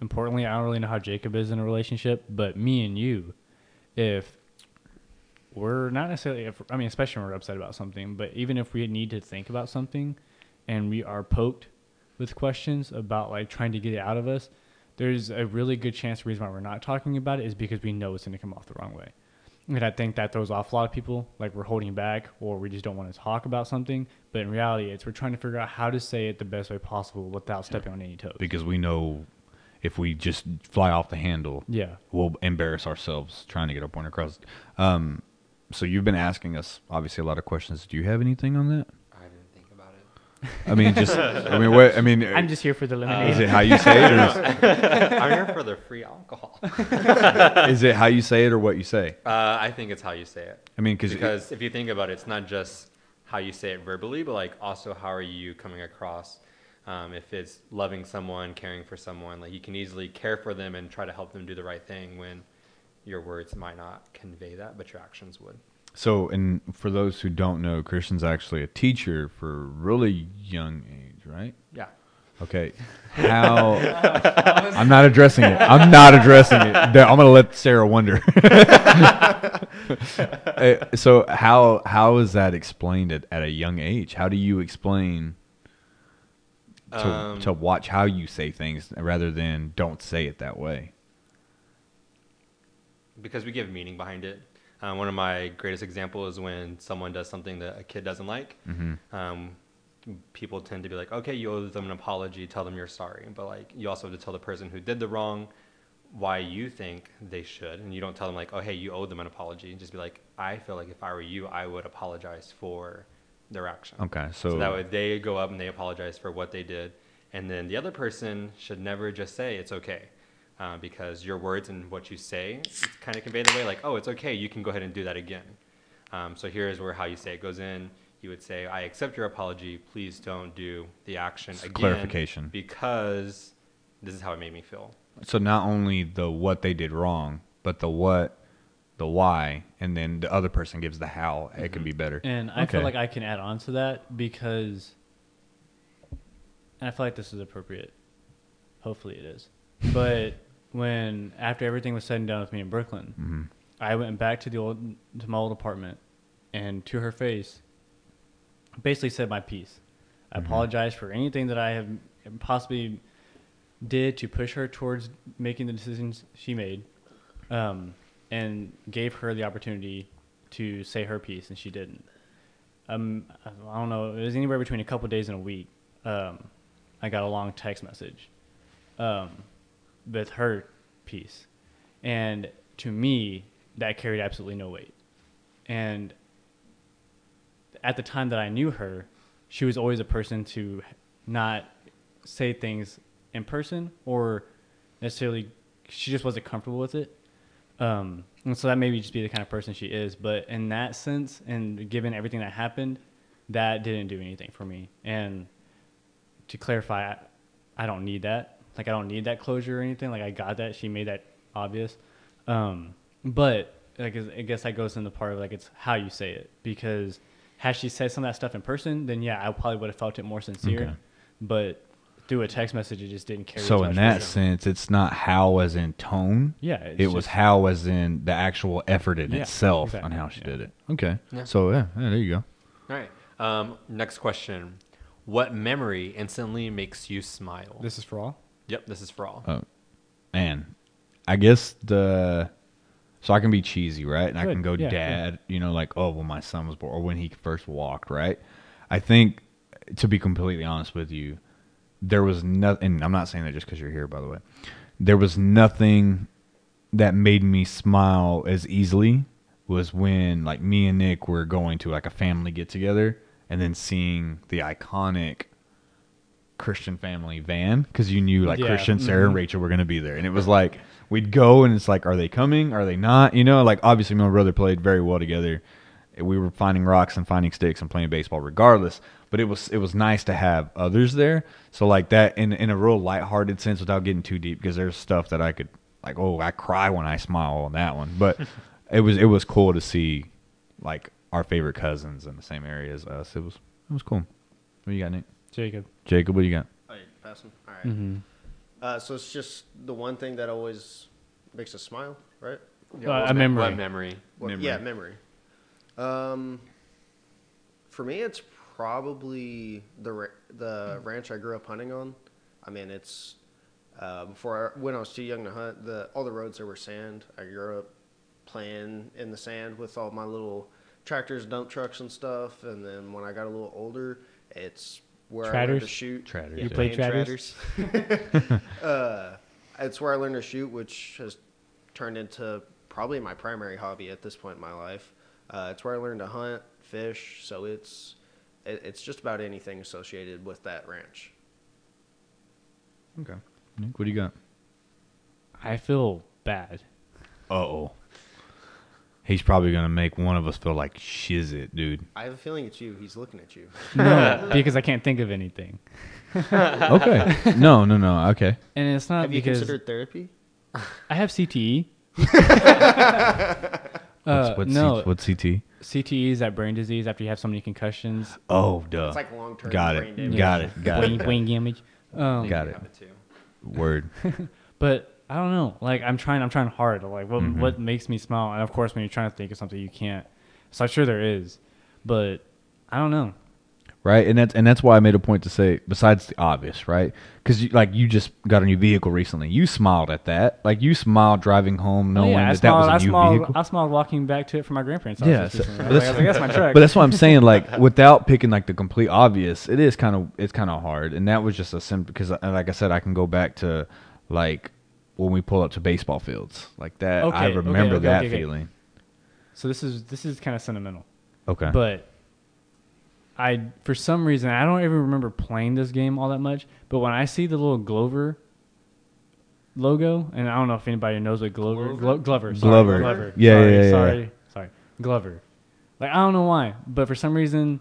Speaker 4: importantly, I don't really know how Jacob is in a relationship, but me and you, if we're not necessarily, if, I mean, especially when we're upset about something, but even if we need to think about something and we are poked with questions about like trying to get it out of us, there's a really good chance the reason why we're not talking about it is because we know it's going to come off the wrong way. And I think that throws off a lot of people. Like we're holding back or we just don't want to talk about something. But in reality, it's we're trying to figure out how to say it the best way possible without stepping on any toes.
Speaker 2: because we know if we just fly off the handle,
Speaker 4: Yeah.
Speaker 2: we'll embarrass ourselves trying to get our point across. Um, so you've been asking us obviously a lot of questions. Do you have anything on that?
Speaker 5: I didn't think about it.
Speaker 2: I mean, just I mean, what I mean,
Speaker 4: I'm just here for the lemonade.
Speaker 2: Is it how you say it, or
Speaker 5: *laughs* I'm here for the free alcohol. Uh,
Speaker 2: is, is it how you say it, or what you say?
Speaker 5: I think it's how you say it.
Speaker 2: I mean, cause
Speaker 5: because if you think about it, it's not just how you say it verbally, but like also how are you coming across. Um, if it's loving someone, caring for someone, like you can easily care for them and try to help them do the right thing when your words might not convey that, but your actions would.
Speaker 2: so, and for those who don't know, Christian's actually a teacher for a really young age, right?
Speaker 5: Yeah.
Speaker 2: Okay, how? *laughs* I'm not addressing it. I'm not addressing it. No, I'm gonna let Sarah wonder. *laughs* Uh, so how how is that explained at, at a young age? How do you explain to
Speaker 5: Um,
Speaker 2: to watch how you say things rather than don't say it that way?
Speaker 5: because we give meaning behind it. Um, one of my greatest examples is when someone does something that a kid doesn't like. Um, people tend to be like, okay, you owe them an apology, tell them you're sorry. But like, you also have to tell the person who did the wrong why you think they should. And you don't tell them, like, oh, hey, you owe them an apology. And just be like, I feel like if I were you, I would apologize for their action.
Speaker 2: Okay, so,
Speaker 5: So that way they go up and they apologize for what they did. And then the other person should never just say it's okay. Uh, because your words and what you say kind of convey the way, like, oh, it's okay, you can go ahead and do that again. Um, so here's where how you say it goes in. You would say, I accept your apology. Please don't do the action
Speaker 2: It's
Speaker 5: again.
Speaker 2: clarification.
Speaker 5: Because this is how it made me feel.
Speaker 2: So not only the what they did wrong, but the what, the why, and then the other person gives the how it can be better.
Speaker 4: Mm-hmm. And I feel
Speaker 2: Okay.
Speaker 4: like I can add on to that because, and I feel like this is appropriate. Hopefully, it is. But when after everything was said and done with me in Brooklyn, I went back to the old to my old apartment, and to her face, basically said my piece. I apologized for anything that I have possibly did to push her towards making the decisions she made, um, and gave her the opportunity to say her piece, and she didn't. Um, I don't know. It was anywhere between a couple days and a week. Um, I got a long text message um, with her piece. And to me, that carried absolutely no weight. And at the time that I knew her, she was always a person to not say things in person or necessarily, she just wasn't comfortable with it. Um, and so that maybe just be the kind of person she is. But in that sense, and given everything that happened, that didn't do anything for me. And to clarify, I, I don't need that. Like I don't need that closure or anything. Like I got that. She made that obvious. Um, but like is- I guess that goes into part of like it's how you say it because had she said some of that stuff in person, then yeah, I probably would have felt it more sincere.
Speaker 2: Okay.
Speaker 4: But through a text message, it just didn't carry. as
Speaker 2: So
Speaker 4: much
Speaker 2: in that
Speaker 4: weight.
Speaker 2: sense, it's not how as in tone.
Speaker 4: Yeah,
Speaker 2: it
Speaker 4: it's
Speaker 2: was
Speaker 4: just-
Speaker 2: how as in the actual effort in
Speaker 4: Yeah,
Speaker 2: itself on
Speaker 4: exactly,
Speaker 2: how she
Speaker 4: yeah.
Speaker 2: did it. Okay.
Speaker 5: Yeah.
Speaker 2: So yeah, yeah, there you go.
Speaker 5: All right. Um, next question. What memory instantly makes you smile?
Speaker 4: this is for all.
Speaker 5: yep, this is for all.
Speaker 2: Oh, man, I guess the so I can be cheesy, right? And I
Speaker 4: Good.
Speaker 2: can go
Speaker 4: Yeah, yeah.
Speaker 2: dad, you know, like oh, when my son was born or when he first walked, right? I think to be completely honest with you, there was nothing. and I'm not saying that just because you're here, by the way. There was nothing that made me smile as easily was when like me and Nick were going to like a family get together and then seeing the iconic Christian family van because you knew like
Speaker 4: Yeah.
Speaker 2: Christian, Sarah, and Rachel were gonna be there, and it was like we'd go and it's like, are they coming? Are they not? You know, like obviously my brother played very well together. We were finding rocks and finding sticks and playing baseball regardless. But it was it was nice to have others there. So like that in in a real lighthearted sense without getting too deep because there's stuff that I could like oh I cry when I smile on that one. But it was it was cool to see like our favorite cousins in the same area as us. It was it was cool. What you got, Nick?
Speaker 4: Jacob.
Speaker 2: Jacob, what you got?
Speaker 1: All right, Oh, pass them. All right. Uh, so it's just the one thing that always makes us smile, right?
Speaker 5: Yeah,
Speaker 4: Uh,
Speaker 5: what
Speaker 4: a
Speaker 5: me-
Speaker 4: memory.
Speaker 5: What memory?
Speaker 1: Well,
Speaker 2: Memory.
Speaker 1: Yeah, memory. Um, for me, it's probably the ra- the ranch I grew up hunting on. I mean, it's uh, before I, when I was too young to hunt. The all the roads there were sand. I grew up playing in the sand with all my little tractors, dump trucks, and stuff. And then when I got a little older, it's where I learned to
Speaker 4: Tratters?
Speaker 1: shoot.
Speaker 2: Tratters,
Speaker 1: Yeah,
Speaker 2: You
Speaker 4: played
Speaker 1: playing
Speaker 4: tratters?
Speaker 1: tratters. *laughs* uh, it's where I learned to shoot, which has turned into probably my primary hobby at this point in my life. Uh, it's where I learned to hunt, fish, so it's it, it's just about anything associated with that ranch.
Speaker 2: Okay. Nick, what do you got?
Speaker 4: I feel
Speaker 1: *laughs*
Speaker 4: bad.
Speaker 2: Uh oh. He's probably gonna make one of us feel like shiz it, dude.
Speaker 1: I have a feeling it's you. He's looking at you.
Speaker 4: No, because I can't think of anything.
Speaker 2: *laughs* Okay. no, no, no. Okay.
Speaker 4: And it's not
Speaker 1: have you
Speaker 4: Uh, because
Speaker 1: considered therapy?
Speaker 4: I
Speaker 1: *laughs*
Speaker 4: have CTE.
Speaker 2: What's,
Speaker 4: Uh,
Speaker 2: what's,
Speaker 4: no,
Speaker 2: C- E? what's CT?
Speaker 4: CTE is that brain disease after you have so many concussions,
Speaker 2: Oh, duh.
Speaker 1: It's like long-term
Speaker 2: Got
Speaker 1: brain
Speaker 2: it.
Speaker 1: damage.
Speaker 2: Got it. Got
Speaker 4: brain,
Speaker 2: it.
Speaker 4: brain damage. Um,
Speaker 2: *laughs* Got it.
Speaker 5: Have it too.
Speaker 2: Word.
Speaker 4: but I don't know. Like I'm trying, I'm trying hard. Like what
Speaker 2: Mm-hmm.
Speaker 4: what makes me smile? And of course, when you're trying to think of something, you can't. So I'm sure there is, but I don't know.
Speaker 2: *laughs* right? And that's and that's why I made a point to say, besides the obvious, right? Because you, like you just got a new vehicle recently, you smiled at that, like you smiled driving home, knowing
Speaker 4: Oh, yeah, I
Speaker 2: that
Speaker 4: smiled,
Speaker 2: that was a
Speaker 4: I
Speaker 2: new
Speaker 4: smiled,
Speaker 2: vehicle.
Speaker 4: I smiled walking back to it from my grandparents' house.
Speaker 2: Yeah,
Speaker 4: just
Speaker 2: so-
Speaker 4: recently. I
Speaker 2: but
Speaker 4: was
Speaker 2: that's- *laughs*
Speaker 4: like, I was like, that's my truck.
Speaker 2: but that's what I'm saying. Like without picking like the complete obvious, it is kind of it's kind of hard. And that was just a simple because, like I said, I can go back to like when we pull up to baseball fields like that. I
Speaker 4: Okay, okay,
Speaker 2: remember
Speaker 4: okay,
Speaker 2: that
Speaker 4: okay, okay.
Speaker 2: feeling.
Speaker 4: so this is this is kind of sentimental.
Speaker 2: Okay,
Speaker 4: But I, for some reason, I don't even remember playing this game all that much. But when I see the little Glover logo, and I don't know if anybody knows what Glover Glo- Glover sorry,
Speaker 2: Glover.
Speaker 4: Glover
Speaker 2: Yeah,
Speaker 4: sorry,
Speaker 2: yeah, yeah,
Speaker 4: sorry
Speaker 2: yeah.
Speaker 4: sorry Glover. Like I don't know why, but for some reason,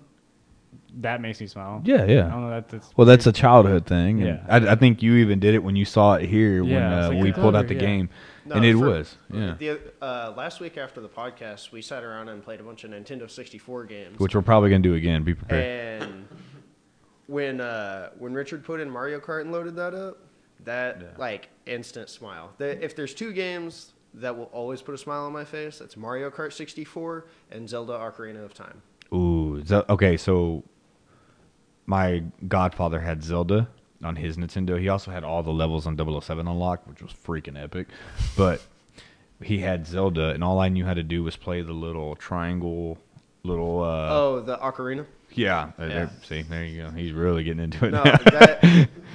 Speaker 4: that makes me smile.
Speaker 2: yeah, yeah.
Speaker 4: I don't know that, that's
Speaker 2: Well, that's a childhood thing. and
Speaker 4: Yeah.
Speaker 2: I, I think you even did it when you saw it here when
Speaker 4: Yeah, I was
Speaker 2: uh,
Speaker 4: like,
Speaker 2: we
Speaker 4: yeah.
Speaker 2: pulled out the
Speaker 4: Yeah.
Speaker 2: game,
Speaker 1: No,
Speaker 2: and it
Speaker 1: for-
Speaker 2: was. Yeah,
Speaker 1: The, uh, last week after the podcast, we sat around and played a bunch of Nintendo 64 games.
Speaker 2: which we're probably gonna do again. Be prepared.
Speaker 1: And when uh, when Richard put in Mario Kart and loaded that up, that like instant smile. The, if there's two games that will always put a smile on my face, that's Mario Kart 64 and Zelda Ocarina of Time.
Speaker 2: Ooh, Ze- okay. So my godfather had Zelda on his Nintendo. He also had all the levels on 007 unlocked, which was freaking epic. But he had Zelda, and all I knew how to do was play the little triangle, little. Uh,
Speaker 1: oh, the
Speaker 2: *laughs*
Speaker 1: Ocarina.
Speaker 2: yeah. Uh, there- See, there you go. He's really getting into it.
Speaker 1: No,
Speaker 2: now.
Speaker 1: *laughs* that-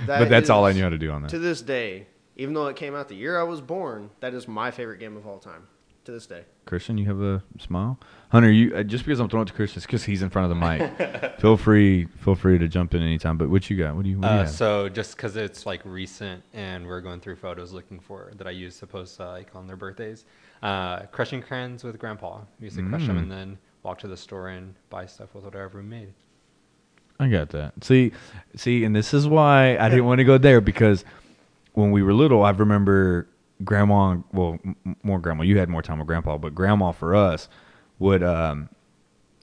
Speaker 2: but
Speaker 1: that
Speaker 2: that's all I
Speaker 1: is-
Speaker 2: knew how to do on that.
Speaker 1: To this day, even though it came out the year I was born, that is my favorite game of all time. To this day.
Speaker 2: Christian, you have a smile. Hunter, you uh, just because I'm throwing it to Christian, it's because he's in front of the
Speaker 1: *laughs*
Speaker 2: mic. feel free, feel free to jump in anytime. But what you got? What do you? What do you
Speaker 5: Uh,
Speaker 2: have?
Speaker 5: so just because it's like recent and we're going through photos looking for that I used to post uh, like on their birthdays, uh, crushing crayons with grandpa. We used to crush
Speaker 2: Mm.
Speaker 5: them and then walk to the store and buy stuff with whatever we made.
Speaker 2: I got that. See, see, and this is why I didn't want to go there because when we were little, I remember grandma. Well, m- more grandma. You had more time with grandpa, but grandma for us would um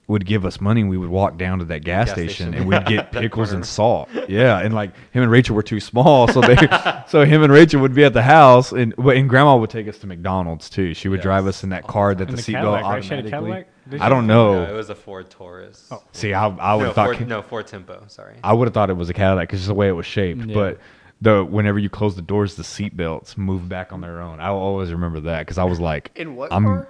Speaker 2: would give us money. and We would walk down to that gas,
Speaker 5: Gas
Speaker 2: station,
Speaker 5: station.
Speaker 2: and we'd
Speaker 4: *laughs*
Speaker 2: get pickles and salt. Yeah, and like him and Rachel were too small, so
Speaker 4: *laughs*
Speaker 2: they *laughs* so him and Rachel would be at the house, and but- and grandma would take us to McDonald's too. She would drive us in that car that the,
Speaker 4: In Oh, the
Speaker 2: seatbelt
Speaker 4: Cadillac, right? She had a
Speaker 2: automatically.
Speaker 4: Cadillac? Did
Speaker 2: I
Speaker 4: she?
Speaker 2: don't
Speaker 5: No,
Speaker 2: know.
Speaker 5: it was a Ford Taurus. Oh,
Speaker 2: See, I Oh, I would
Speaker 5: no,
Speaker 2: have thought
Speaker 5: Ford, no Ford Tempo. Sorry.
Speaker 2: I would have thought it was a Cadillac because the way it was shaped.
Speaker 4: Yeah.
Speaker 2: But the whenever you close the doors, the seatbelts move back on their own. I will always remember that because I was like,
Speaker 1: In what
Speaker 2: I'm,
Speaker 1: car?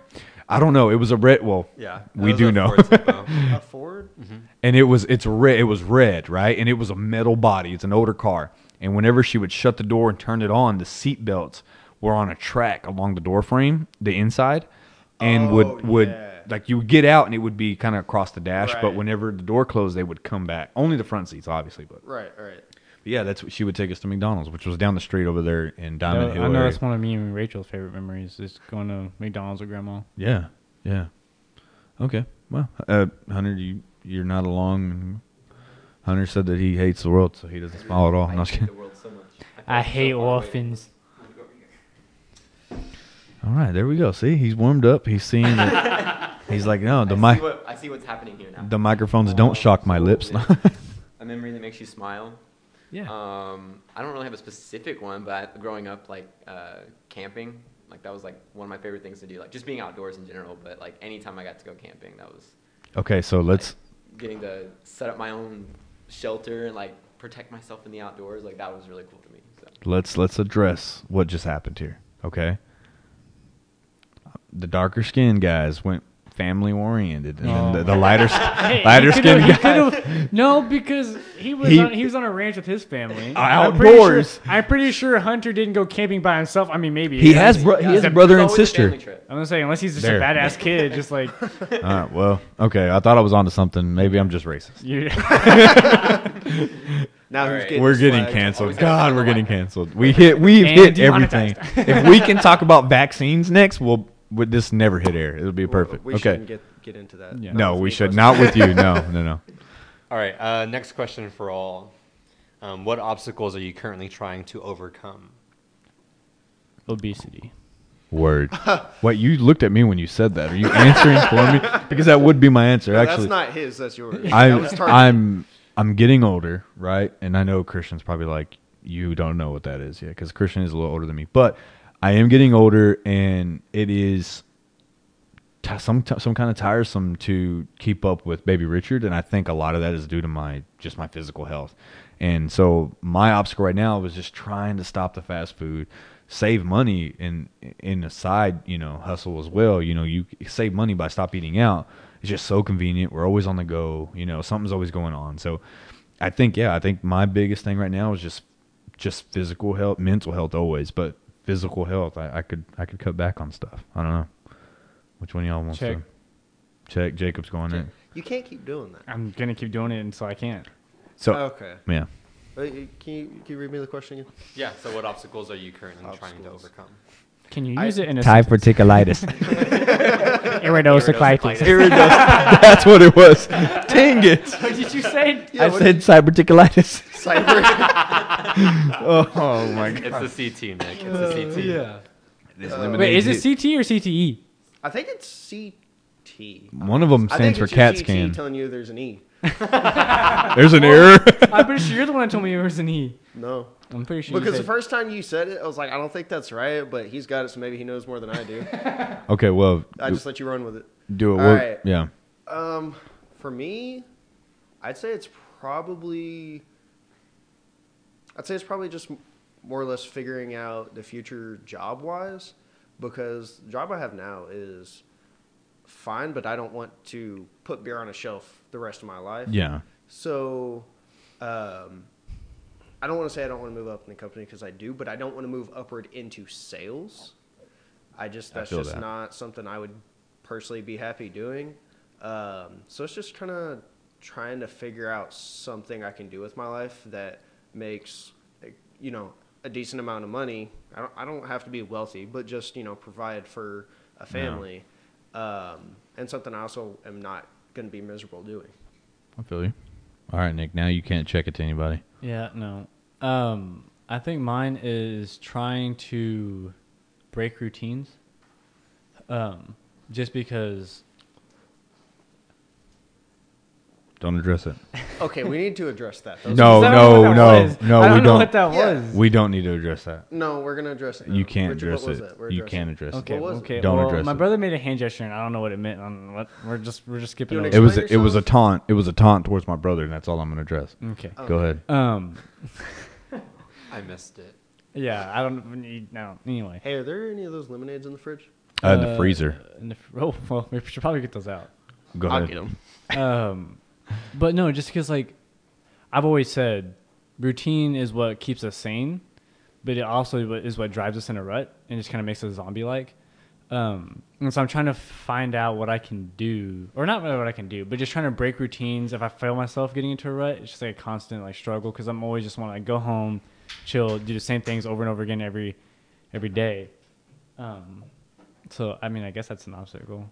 Speaker 2: I don't know. It was a red. Well,
Speaker 5: yeah, it
Speaker 2: we
Speaker 5: was
Speaker 2: do
Speaker 5: a
Speaker 2: know.
Speaker 5: Ford Tempo.
Speaker 1: A Ford?
Speaker 2: *laughs* and it was it's red. It was red, right? And it was a metal body. It's an older car. And whenever she would shut the door and turn it on, the seatbelts were on a track along the door frame, the inside, and
Speaker 1: Oh,
Speaker 2: would would
Speaker 1: yeah.
Speaker 2: like you would get out and it would be kind of across the dash. But
Speaker 1: Right.
Speaker 2: whenever the door closed, they would come back. Only the front seats, obviously, but.
Speaker 1: Right, right.
Speaker 2: But yeah, that's what she would take us to McDonald's, which was down the street over there in Diamond
Speaker 4: I
Speaker 2: Hill.
Speaker 4: know
Speaker 2: area.
Speaker 4: that's one of me and Rachel's favorite memories is going to McDonald's with grandma.
Speaker 2: Yeah, yeah. Okay. Well, uh, Hunter, you you're not along. Hunter said that he hates the world, so he doesn't smile at all. No, I'm just
Speaker 3: hate the
Speaker 2: kidding.
Speaker 3: world so much.
Speaker 4: I
Speaker 3: feel so
Speaker 4: hate
Speaker 3: far away.
Speaker 4: orphans.
Speaker 3: I'm gonna go over here.
Speaker 2: All right, there we go. See, he's warmed up. He's seeing. That,
Speaker 3: *laughs*
Speaker 2: he's like, no, Oh, the
Speaker 3: I see,
Speaker 2: mic,
Speaker 3: what, I see what's happening here now.
Speaker 2: the microphones don't shock my
Speaker 3: *laughs*
Speaker 2: lips. *laughs*
Speaker 3: a memory that makes you smile.
Speaker 2: yeah.
Speaker 3: Um, I don't really have a specific one, but I- growing up, like uh, camping, like that was like one of my favorite things to do. Like just being outdoors in general, but like anytime I got to go camping, that was
Speaker 2: Okay, so let's.
Speaker 3: like, getting to set up my own shelter and like protect myself in the outdoors. Like that was really cool to me. So.
Speaker 2: let's let's address what just happened here okay the darker skinned guys went family oriented and then the, the lighter
Speaker 4: Hey,
Speaker 2: lighter
Speaker 4: he could've-
Speaker 2: skinned
Speaker 4: he
Speaker 2: guys
Speaker 4: could've- No, because he was
Speaker 2: He- Uh,
Speaker 4: on, he was on a ranch with his family.
Speaker 2: Outdoors.
Speaker 4: I'm pretty, sure, I'm pretty sure Hunter didn't go camping by himself. I mean, maybe
Speaker 2: *laughs* he has bro- he
Speaker 3: Yeah,
Speaker 2: has
Speaker 3: it's
Speaker 2: a
Speaker 3: a-
Speaker 2: brother
Speaker 3: it's
Speaker 2: and
Speaker 3: always a
Speaker 2: sister
Speaker 3: family trip.
Speaker 4: I'm gonna say unless he's just
Speaker 2: There.
Speaker 4: a badass kid, just *laughs* like
Speaker 2: all right well okay i thought i was onto something maybe i'm just racist
Speaker 4: you.
Speaker 1: Now
Speaker 3: All
Speaker 1: who's
Speaker 3: right.
Speaker 1: getting
Speaker 2: we're getting
Speaker 1: slagged?
Speaker 2: canceled
Speaker 3: Always gotta
Speaker 2: god
Speaker 3: follow
Speaker 2: we're
Speaker 3: the
Speaker 2: getting
Speaker 3: line.
Speaker 2: canceled we hit we've
Speaker 4: And
Speaker 2: hit everything
Speaker 4: demonetized.
Speaker 2: if we can talk about vaccines next we'll would this never hit air it'll be
Speaker 1: Well,
Speaker 2: perfect
Speaker 1: We
Speaker 2: okay
Speaker 1: shouldn't get, get into that.
Speaker 4: Yeah.
Speaker 2: no
Speaker 1: was
Speaker 2: we
Speaker 1: me
Speaker 2: should
Speaker 1: personally.
Speaker 2: not with you no no no
Speaker 5: All right. Uh, next question for all. Um, what obstacles are you currently trying to overcome?
Speaker 4: Obesity.
Speaker 2: Word. *laughs* what you looked at me when you said that? Are you answering for me? Because that would be my answer.
Speaker 1: No,
Speaker 2: Actually,
Speaker 1: that's not his. That's
Speaker 2: *laughs*
Speaker 1: yours. that
Speaker 2: I'm
Speaker 1: was targeted.
Speaker 2: I'm I'm getting older, right? And I know Christian's probably like you don't know what that is yet because Christian is a little older than me. But I am getting older, and it is t- some t- some kind of tiresome to keep up with baby Richard, and I think a lot of that is due to my just my physical health. And so my obstacle right now was just trying to stop the fast food, save money in in a side you know hustle as well. You know you save money by stop eating out. It's just so convenient. We're always on the go. You know something's always going on. So I think yeah, I think my biggest thing right now is just just physical health, mental health always, but physical health. I, I could I could cut back on stuff. I don't know. Which one of y'all wants
Speaker 4: Check.
Speaker 2: to check? Jacob's going in.
Speaker 1: You can't keep doing that.
Speaker 4: I'm gonna keep doing it until I can't.
Speaker 2: So
Speaker 1: Oh, Okay.
Speaker 2: yeah,
Speaker 1: Wait, Can you, can you read me the question again?
Speaker 5: Yeah. So what obstacles are you currently trying to
Speaker 1: Obstacles.
Speaker 5: overcome?
Speaker 4: Can you
Speaker 1: I-
Speaker 4: use it in a *laughs*
Speaker 2: ticolitis. *laughs*
Speaker 4: iridocyclitis?
Speaker 2: That's what it was. Dang
Speaker 4: *laughs*
Speaker 2: it!
Speaker 4: What Oh, did you say?
Speaker 1: Yeah, what-
Speaker 2: cyberticolitis.
Speaker 1: *laughs* cyber.
Speaker 2: *laughs* Oh my god!
Speaker 5: It's the CT, Nick. It's the CT.
Speaker 2: *laughs* Yeah.
Speaker 4: Wait, is it CT E or CTE?
Speaker 1: I think it's CT. T.
Speaker 2: One of them
Speaker 1: I
Speaker 2: stands
Speaker 1: think
Speaker 2: for
Speaker 1: it's your
Speaker 2: CAT
Speaker 1: TT
Speaker 2: scan.
Speaker 1: telling you there's an E.
Speaker 2: There's
Speaker 1: *laughs*
Speaker 2: an error. *laughs*
Speaker 4: I'm pretty sure you're the one that told me it was an E.
Speaker 1: No.
Speaker 4: I'm pretty sure. you
Speaker 1: Because the
Speaker 4: said-
Speaker 1: first time you said it, I was like, I don't think that's right, but he's got it, so maybe he knows more than I do.
Speaker 2: okay, well, *laughs*
Speaker 1: I just let you run with it.
Speaker 2: do it.
Speaker 1: All
Speaker 2: We'll-
Speaker 1: right.
Speaker 2: Yeah.
Speaker 1: Um, for me, I'd say it's probably, I'd say it's probably just more or less figuring out the future job wise, because the job I have now is fine, but I don't want to put beer on a shelf the rest of my life.
Speaker 2: Yeah.
Speaker 1: So, um, I don't want to say I don't want to move up in the company because I do, but I don't want to move upward into sales. I just
Speaker 2: I
Speaker 1: that's
Speaker 2: feel
Speaker 1: just
Speaker 2: that.
Speaker 1: not something I would personally be happy doing. Um, so it's just kind of trying to figure out something I can do with my life that makes you know a decent amount of money. I don't I don't have to be wealthy, but just you know provide for a family, um, and something I also am not going to be miserable doing.
Speaker 2: I feel you. All right, Nick. Now you can't check it to anybody.
Speaker 4: Yeah, no. Um, I think mine is trying to break routines. Um, just because
Speaker 2: Don't
Speaker 1: *laughs*
Speaker 2: address it.
Speaker 1: Okay, we need to address that. Those-
Speaker 2: No,
Speaker 4: Is that what
Speaker 2: no,
Speaker 4: that
Speaker 2: no,
Speaker 4: was?
Speaker 2: no.
Speaker 4: I don't
Speaker 2: we
Speaker 4: know
Speaker 2: don't.
Speaker 4: what that
Speaker 1: Yeah.
Speaker 4: was.
Speaker 2: we don't need to address that.
Speaker 1: No, we're gonna address it. now.
Speaker 2: You can't
Speaker 1: Richard,
Speaker 2: address
Speaker 1: what was
Speaker 2: it.
Speaker 1: that? We're
Speaker 2: You
Speaker 1: addressing
Speaker 2: can't
Speaker 1: it.
Speaker 2: address
Speaker 4: Okay,
Speaker 1: What was it?
Speaker 4: okay.
Speaker 2: Don't
Speaker 4: well,
Speaker 2: address
Speaker 4: my
Speaker 2: it.
Speaker 4: brother made a hand gesture, and I don't know what it meant. Um, what, we're just we're just skipping
Speaker 1: You wanna
Speaker 2: it. It
Speaker 4: over.
Speaker 2: was.
Speaker 1: Explain
Speaker 2: It was a
Speaker 1: yourself?
Speaker 2: taunt. It was a taunt towards my brother, and that's all I'm gonna address.
Speaker 1: Mm-hmm.
Speaker 4: Okay.
Speaker 2: Go ahead.
Speaker 1: Oh.
Speaker 4: Um.
Speaker 5: I missed it.
Speaker 4: Yeah, I don't need no. Anyway,
Speaker 1: Hey, are there any of those lemonades in the fridge?
Speaker 2: I had the freezer.
Speaker 4: in the, fr- *laughs* oh well, we should probably get those out.
Speaker 2: Go ahead.
Speaker 1: them.
Speaker 4: um, but no, just because like I've always said, routine is what keeps us sane, but it also wha- is what drives us in a rut and just kind of makes us zombie like. Um, and so I'm trying to find out what I can do, or not really what I can do, but just trying to break routines. If I fail myself getting into a rut, it's just like a constant like struggle because I'm always just want to like, go home, chill, do the same things over and over again every every day. Um, so I mean, I guess that's an obstacle.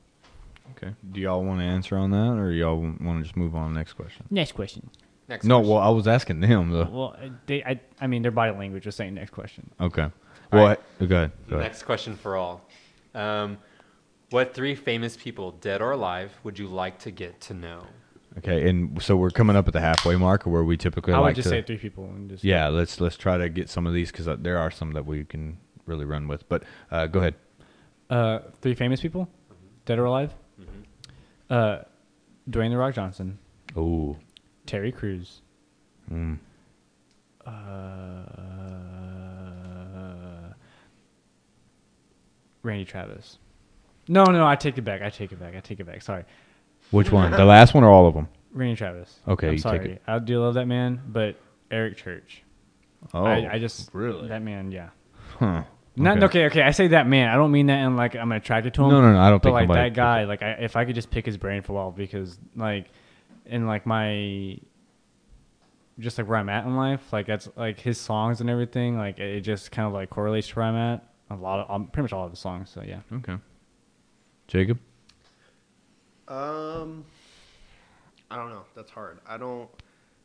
Speaker 2: Okay. Do y'all want to answer on that, or y'all want to just move on to the next question?
Speaker 4: Next question.
Speaker 5: Next
Speaker 2: No.
Speaker 5: question.
Speaker 2: Well, I was asking them though.
Speaker 4: Well, uh, they, I, I mean, their body language was saying next question.
Speaker 2: Okay. Well,
Speaker 5: right.
Speaker 2: I- go ahead. Go ahead.
Speaker 5: Next question for all. Um, what three famous people, dead or alive, would you like to get
Speaker 2: *laughs*
Speaker 5: to know?
Speaker 2: Okay, and so we're coming up at the halfway mark, where we typically
Speaker 4: I would
Speaker 2: like
Speaker 4: just
Speaker 2: to.
Speaker 4: say three people and just
Speaker 2: yeah, let's let's try to get some of these because there are some that we can really run with. But uh, go ahead.
Speaker 4: Uh, three famous people, dead or alive.
Speaker 2: Mm-hmm.
Speaker 4: Uh, Dwayne the Rock Johnson,
Speaker 2: Oh,
Speaker 4: Terry Crews.
Speaker 2: mm.
Speaker 4: Uh, Randy Travis. No, no, I take it back. I take it back. I take it back. Sorry,
Speaker 2: which one? The last one or all of them?
Speaker 4: Randy Travis.
Speaker 2: Okay,
Speaker 4: I'm
Speaker 2: you take
Speaker 4: sorry.
Speaker 2: it.
Speaker 4: I do love that man, but Eric Church.
Speaker 2: Oh,
Speaker 4: I, I just
Speaker 2: really?
Speaker 4: that man. Yeah.
Speaker 2: huh?
Speaker 4: Not
Speaker 2: Okay.
Speaker 4: okay. okay, I say that man. I don't mean that in like I'm attracted to him.
Speaker 2: No, no, no, I don't
Speaker 4: But
Speaker 2: think
Speaker 4: like
Speaker 2: nobody-
Speaker 4: that guy, like I, if I could just pick his brain for a while, because like, in like my, just like where I'm at in life, like that's like his songs and everything, like it it just kind of like correlates to where I'm at. A lot of, um, pretty much all of his songs. So yeah.
Speaker 2: Okay. Jacob.
Speaker 1: Um, I don't know. That's hard. I don't.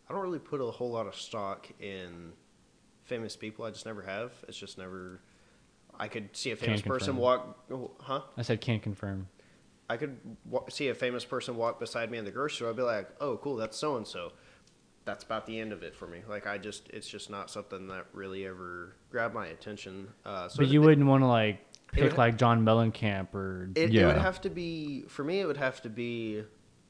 Speaker 1: I don't really put a whole lot of stock in famous people. I just never have. It's just never. I could see a famous person
Speaker 4: confirm.
Speaker 1: walk. oh, Huh?
Speaker 4: I said can't confirm.
Speaker 1: I could wa- see a famous person walk beside me in the grocery store. I'd be like, "Oh, cool, that's so and so." That's about the end of it for me. Like I just, it's just not something that really ever grabbed my attention. Uh, so
Speaker 4: but
Speaker 1: it-
Speaker 4: you
Speaker 1: it-
Speaker 4: wouldn't want to like
Speaker 1: it
Speaker 4: pick
Speaker 1: would-
Speaker 4: like John Mellencamp or
Speaker 1: It, it would
Speaker 2: Yeah.
Speaker 1: have to be for me. It would have to be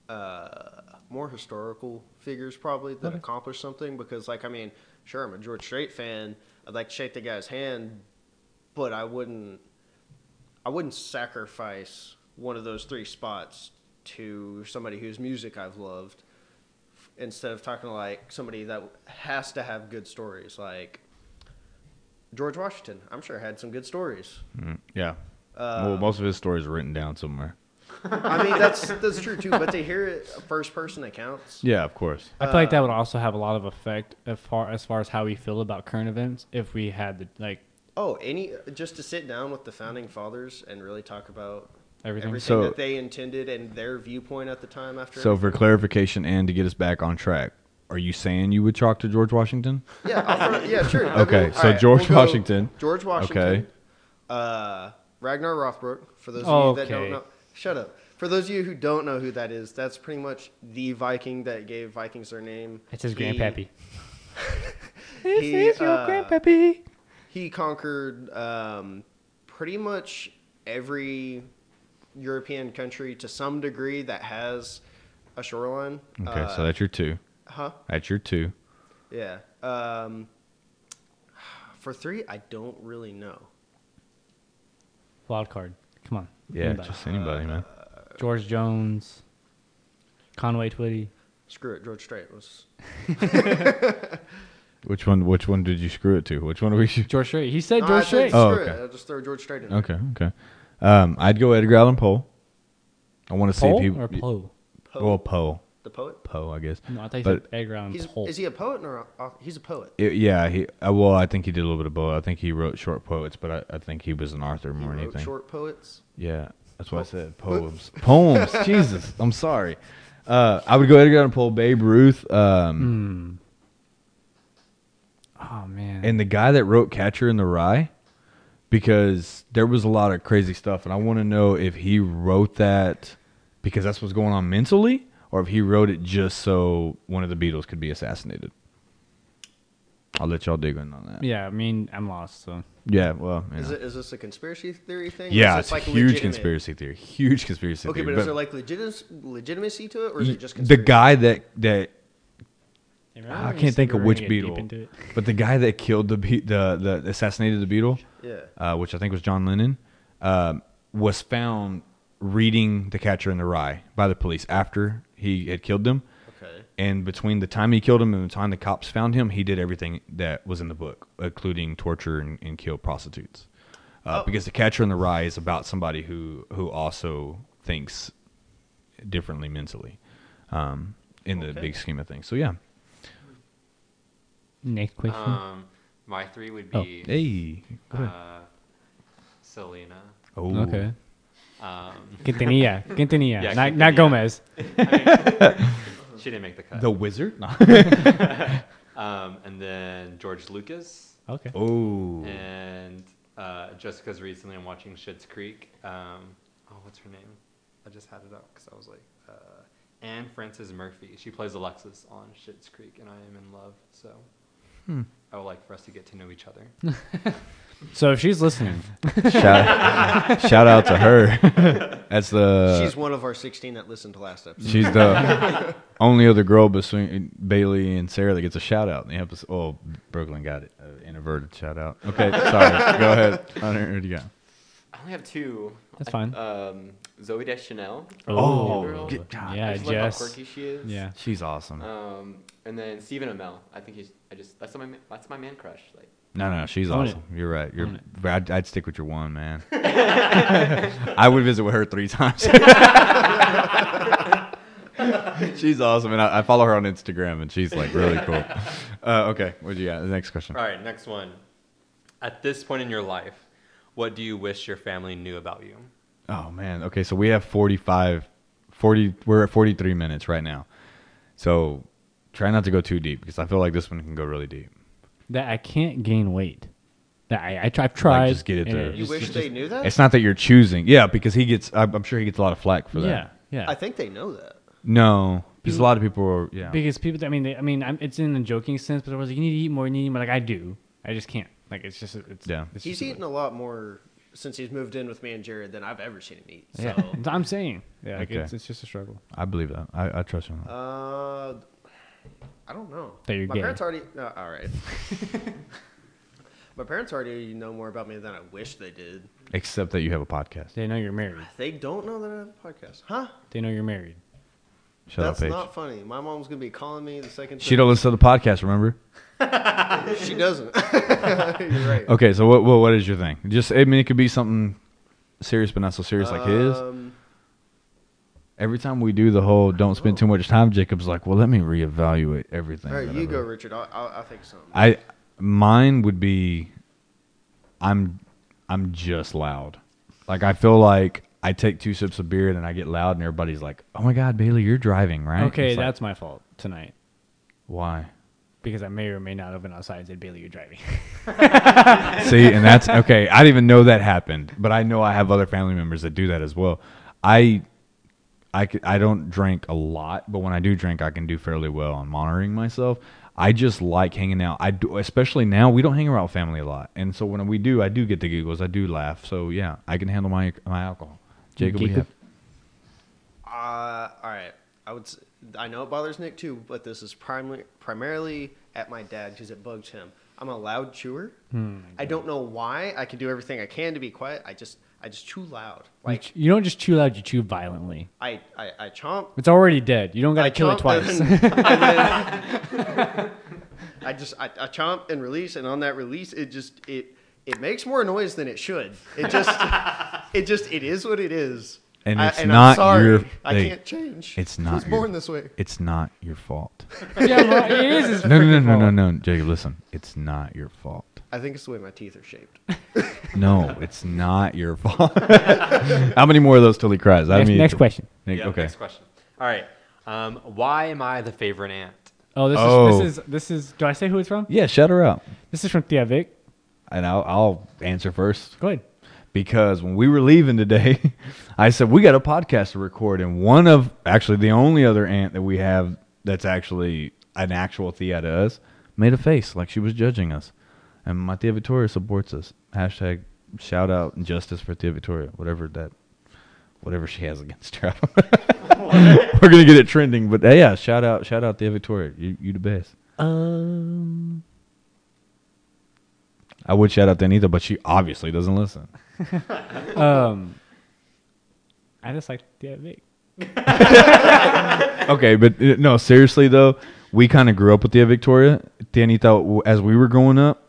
Speaker 1: uh, more historical figures probably that accomplish something. Because like I mean, sure, I'm a George Strait fan. I'd like to shake the guy's hand, but I wouldn't. I wouldn't sacrifice one of those three spots to somebody whose music I've loved f- instead of talking to like somebody that has to have good stories like George Washington. I'm sure had some good stories.
Speaker 2: Yeah.
Speaker 1: Uh,
Speaker 2: well, most of his stories are written down somewhere.
Speaker 1: I mean, that's that's true too. But to hear it first person accounts,
Speaker 2: Yeah, of course.
Speaker 4: I
Speaker 1: uh,
Speaker 4: feel like that would also have a lot of effect as far as far as how we feel about current events if we had the like
Speaker 1: oh, any just to sit down with the founding fathers and really talk about
Speaker 4: Everything.
Speaker 2: So-
Speaker 1: that they intended and their viewpoint at the time. After
Speaker 2: So, for clarification and to get us back on track, are you saying you would chalk to George Washington?
Speaker 1: yeah, I'll throw- yeah, sure.
Speaker 2: Okay,
Speaker 1: All
Speaker 2: so George Washington.
Speaker 1: George Washington.
Speaker 2: Okay.
Speaker 1: Uh, Ragnar Rothbrook. For those of you that
Speaker 4: Okay.
Speaker 1: don't know, shut up. For those of you who don't know who that is, that's pretty much the Viking that gave Vikings their name.
Speaker 6: It's his
Speaker 1: He-
Speaker 6: grandpappy.
Speaker 1: *laughs* This He, is your uh,
Speaker 6: grandpappy.
Speaker 1: He conquered um, pretty much every European country to some degree that has a shoreline.
Speaker 2: Okay,
Speaker 1: Uh,
Speaker 2: so that's your two.
Speaker 1: huh?
Speaker 2: That's your two.
Speaker 1: Yeah. Um, for three, I don't really know.
Speaker 6: Wild card. Come on.
Speaker 2: Yeah,
Speaker 6: Anybody.
Speaker 2: just anybody, man.
Speaker 6: George Jones, Conway Twitty.
Speaker 1: Screw it, George Strait was.
Speaker 2: Which one? Which one did you screw it to? Which one are we?
Speaker 6: George Strait. He said
Speaker 1: No, I
Speaker 6: George
Speaker 1: said
Speaker 6: Strait.
Speaker 2: Oh,
Speaker 1: screw
Speaker 2: okay.
Speaker 1: it. I'll just throw George Strait in. there.
Speaker 2: Okay, okay. Um, I'd go Edgar Allan Poe. I want to see
Speaker 6: Poe
Speaker 2: if he.
Speaker 6: or Poe?
Speaker 1: Poe,
Speaker 2: Well, Poe.
Speaker 1: the poet.
Speaker 2: Poe, I guess.
Speaker 6: No, I thought he
Speaker 2: But-
Speaker 6: said Edgar Allan
Speaker 1: He's,
Speaker 6: Poe.
Speaker 1: is he a poet or a, au- he's a poet?
Speaker 2: It- yeah, he. Uh, well, I think he did a little bit of both. I think he wrote short poets, but I, I think he was an author
Speaker 1: He
Speaker 2: more than
Speaker 1: wrote
Speaker 2: anything.
Speaker 1: short poets.
Speaker 2: Yeah, that's why I said poems. *laughs* poems. Jesus, I'm sorry. Uh, I would go Edgar Allan Poe, Babe Ruth, um,
Speaker 6: oh man.
Speaker 2: and the guy that wrote Catcher in the Rye, because there was a lot of crazy stuff, and I want to know if he wrote that because that's what's going on mentally, or if he wrote it just so one of the Beatles could be assassinated. I'll let y'all dig in on that.
Speaker 6: yeah, I mean I'm lost. So
Speaker 2: Yeah, well, you
Speaker 1: Is,
Speaker 2: know.
Speaker 1: it, is this a conspiracy theory thing? or is
Speaker 2: yeah,
Speaker 1: this,
Speaker 2: it's a
Speaker 1: like,
Speaker 2: huge
Speaker 1: legitimate?
Speaker 2: conspiracy theory. Huge conspiracy
Speaker 1: Okay,
Speaker 2: theory.
Speaker 1: but, is there like legit- legitimacy to it, or is it just
Speaker 2: the
Speaker 1: conspiracy?
Speaker 2: guy that that I
Speaker 6: we
Speaker 2: can't
Speaker 6: said
Speaker 2: think
Speaker 6: we
Speaker 2: of
Speaker 6: were
Speaker 2: which
Speaker 6: gonna get deep
Speaker 2: Beatle,
Speaker 6: into it.
Speaker 2: *laughs* but the guy that killed the Be- the the assassinated the Beatle,
Speaker 1: Yeah.
Speaker 2: uh, which I think was John Lennon, um, was found reading The Catcher in the Rye by the police after he had killed them.
Speaker 1: Okay.
Speaker 2: And between the time he killed him and the time the cops found him, he did everything that was in the book, including torture and, and kill prostitutes. Uh,
Speaker 1: Oh.
Speaker 2: Because The Catcher in the Rye is about somebody who, who also thinks differently mentally um, in the
Speaker 1: Okay.
Speaker 2: big scheme of things. So, yeah.
Speaker 6: Next question.
Speaker 2: Uh,
Speaker 5: Um, my three would
Speaker 6: Oh.
Speaker 5: be
Speaker 2: Hey. Go ahead.
Speaker 5: uh, Selena.
Speaker 2: oh.
Speaker 6: okay.
Speaker 5: Um,
Speaker 6: Quintanilla.
Speaker 2: *laughs*
Speaker 6: Quintanilla.
Speaker 5: Yeah,
Speaker 6: not,
Speaker 5: Quintanilla.
Speaker 6: not Gomez.
Speaker 5: she didn't make the cut.
Speaker 2: The Wizard? No.
Speaker 5: Um, and then George Lucas.
Speaker 6: Okay.
Speaker 2: *laughs* oh.
Speaker 5: And uh, Jessica's recently, I'm watching Schitt's Creek. Um, oh, what's her name? I just had it up because I was like, uh, Anne Frances Murphy. She plays Alexis on Schitt's Creek, and I am in love. So
Speaker 2: Hmm.
Speaker 5: I would like for us to get to know each other.
Speaker 6: So if she's listening,
Speaker 2: shout, shout out to her. *laughs* That's the.
Speaker 1: She's one of our 16 that listened to last episode.
Speaker 2: Uh, She's the only other girl between Bailey and Sarah that gets a shout out in the episode. Oh, Brooklyn got it. Uh, an inverted shout out. Okay, sorry. Go ahead. Hunter, what do you got?
Speaker 3: I only have two.
Speaker 6: That's
Speaker 3: I-
Speaker 6: fine.
Speaker 3: Um, Zoe Deschanel. from
Speaker 6: Oh,
Speaker 3: New Girl.
Speaker 2: good God.
Speaker 6: yeah,
Speaker 3: I just love how
Speaker 6: Jess.
Speaker 3: quirky she is.
Speaker 6: Yeah.
Speaker 2: She's awesome.
Speaker 3: Um, and then Stephen Amell. I think he's. I just that's my ma- that's my man crush. Like
Speaker 2: No, no, she's
Speaker 6: Own
Speaker 2: awesome. You're right. You're.
Speaker 6: Own it.
Speaker 2: but I'd, I'd stick with your one,
Speaker 5: *laughs*
Speaker 2: man. I would visit with her three times. she's awesome, and I, I follow her on Instagram, and she's like really cool. Uh, okay, what do you got? The next question.
Speaker 5: All right, next one. At this point in your life, what do you wish your family knew about you?
Speaker 2: Oh man. Okay, so we have 45 40 we're at 43 minutes right now. So try not to go too deep because I feel like this one can go really deep.
Speaker 6: that I can't gain weight. That I, I try, I've tried.
Speaker 2: just get it
Speaker 6: and
Speaker 2: there.
Speaker 1: you
Speaker 6: just-
Speaker 1: wish
Speaker 6: just-
Speaker 1: they knew that?
Speaker 2: It's not that you're choosing. Yeah, because he gets I'm I'm sure he gets a lot of flack for that.
Speaker 6: Yeah. Yeah.
Speaker 1: I think they know that.
Speaker 2: No. Because a lot of people are yeah.
Speaker 6: because people, I mean, they, I mean, I'm, it's in a joking sense, but I was like, you need to eat more, you need to eat more. Like I do. I just can't. Like it's just, it's.
Speaker 2: Yeah.
Speaker 6: It's
Speaker 1: He's
Speaker 6: just-
Speaker 1: eaten a lot more since he's moved in with me and Jared than I've ever seen him eat. So.
Speaker 6: Yeah. I'm saying. Yeah. Like
Speaker 2: Okay.
Speaker 6: it's, it's just a struggle.
Speaker 2: I believe that. I, I trust him. *laughs*
Speaker 1: Uh, I don't know.
Speaker 6: That you're
Speaker 1: My
Speaker 6: gay.
Speaker 1: parents already. No, all right. *laughs* My parents already know more about me than I wish they did.
Speaker 2: Except that you have a podcast.
Speaker 6: They know you're married.
Speaker 1: They don't know that I have a podcast, huh?
Speaker 6: They know you're married.
Speaker 2: Shut
Speaker 1: That's
Speaker 2: up, Paige.
Speaker 1: not funny. My mom's gonna be calling me the second.
Speaker 2: She don't listen to the podcast, remember?
Speaker 1: *laughs* She doesn't. *laughs* You're right.
Speaker 2: Okay, so what, what what is your thing? Just I mean it could be something serious but not so serious like his.
Speaker 1: Um,
Speaker 2: Every time we do the whole don't spend too much time, Jacob's like, "Well, let me reevaluate everything."
Speaker 1: all right,
Speaker 2: that
Speaker 1: oh. you
Speaker 2: I've
Speaker 1: go,
Speaker 2: ever-"
Speaker 1: Richard. I'll, I'll, I'll think something.
Speaker 2: I mine would be I'm I'm just loud. Like I feel like I take two sips of beer and then I get loud and everybody's like, "Oh my god, Bailey, you're driving, right?"
Speaker 6: Okay,
Speaker 2: It's like,
Speaker 6: that's my fault tonight
Speaker 2: why.
Speaker 6: because I may or may not have been outside and said, Bailey, you're driving. *laughs*
Speaker 2: See, and that's okay. I didn't even know that happened, but I know I have other family members that do that as well. I I c- I don't drink a lot, but when I do drink, I can do fairly well on monitoring myself. I just like hanging out. I do, especially now we don't hang around with family a lot, and so when we do, I do get the giggles. I do laugh. So yeah, I can handle my my alcohol. Jacob, we
Speaker 4: Jacob?
Speaker 2: have
Speaker 1: Uh, all right. I would. s- I know it bothers Nick too, but this is primarily primarily at my dad because it bugs him. I'm a loud chewer.
Speaker 2: Hmm,
Speaker 1: I don't know why. I can do everything I can to be quiet. I just I just chew loud. Like
Speaker 4: you don't just chew loud; you chew violently.
Speaker 1: I I, I chomp.
Speaker 4: It's already dead. You don't gotta
Speaker 1: I
Speaker 4: kill
Speaker 1: chomp,
Speaker 4: it
Speaker 6: *laughs*
Speaker 4: twice.
Speaker 1: and then- and
Speaker 2: *laughs*
Speaker 1: then- *laughs* I just I, I chomp and release, and on that release, it just it it makes more noise than it should. It just it just it is what it is.
Speaker 2: And
Speaker 1: I-
Speaker 2: it's not
Speaker 1: I'm sorry.
Speaker 2: your
Speaker 1: I
Speaker 2: thing.
Speaker 1: can't change.
Speaker 2: It's
Speaker 1: I
Speaker 2: not
Speaker 1: was
Speaker 2: your-
Speaker 1: born this way.
Speaker 2: It's not your fault.
Speaker 4: yeah, well, it is. His
Speaker 2: No, no, no,
Speaker 4: freaking
Speaker 2: no,
Speaker 4: fault.
Speaker 2: no, no, Jacob. Listen, it's not your fault.
Speaker 1: I think it's the way my teeth are shaped.
Speaker 2: No, it's not your fault. *laughs* How many more of those till he cries? I
Speaker 4: Next,
Speaker 2: mean,
Speaker 4: next question.
Speaker 2: Nick,
Speaker 5: Yeah,
Speaker 2: okay.
Speaker 5: Next question. All right. Um, why am I the favorite
Speaker 2: *laughs*
Speaker 5: aunt?
Speaker 4: Oh, this
Speaker 2: Oh.
Speaker 4: is this is this is. Do I say who it's from?
Speaker 2: Yeah, shut her up.
Speaker 4: This is from Thea Vic.
Speaker 2: And I'll, I'll answer first
Speaker 4: Go ahead.
Speaker 2: because when we were leaving today, *laughs* I said, We got a podcast to record. And one of, actually, the only other aunt that we have that's actually an actual Thea to us made a face like she was judging us. And my Thea Victoria supports us. Hashtag shout out and justice for Thea Victoria, whatever that, whatever she has against her. *laughs* We're going to get it trending. But hey, yeah, shout out, shout out Thea Victoria. You, you the best.
Speaker 4: Um,
Speaker 2: I would shout out to Anita, but she obviously doesn't listen.
Speaker 4: um, I just like Thea Vic.
Speaker 2: okay, but uh, no, seriously though, we kind of grew up with Tia Victoria. Tia Anita, w- as we were growing up,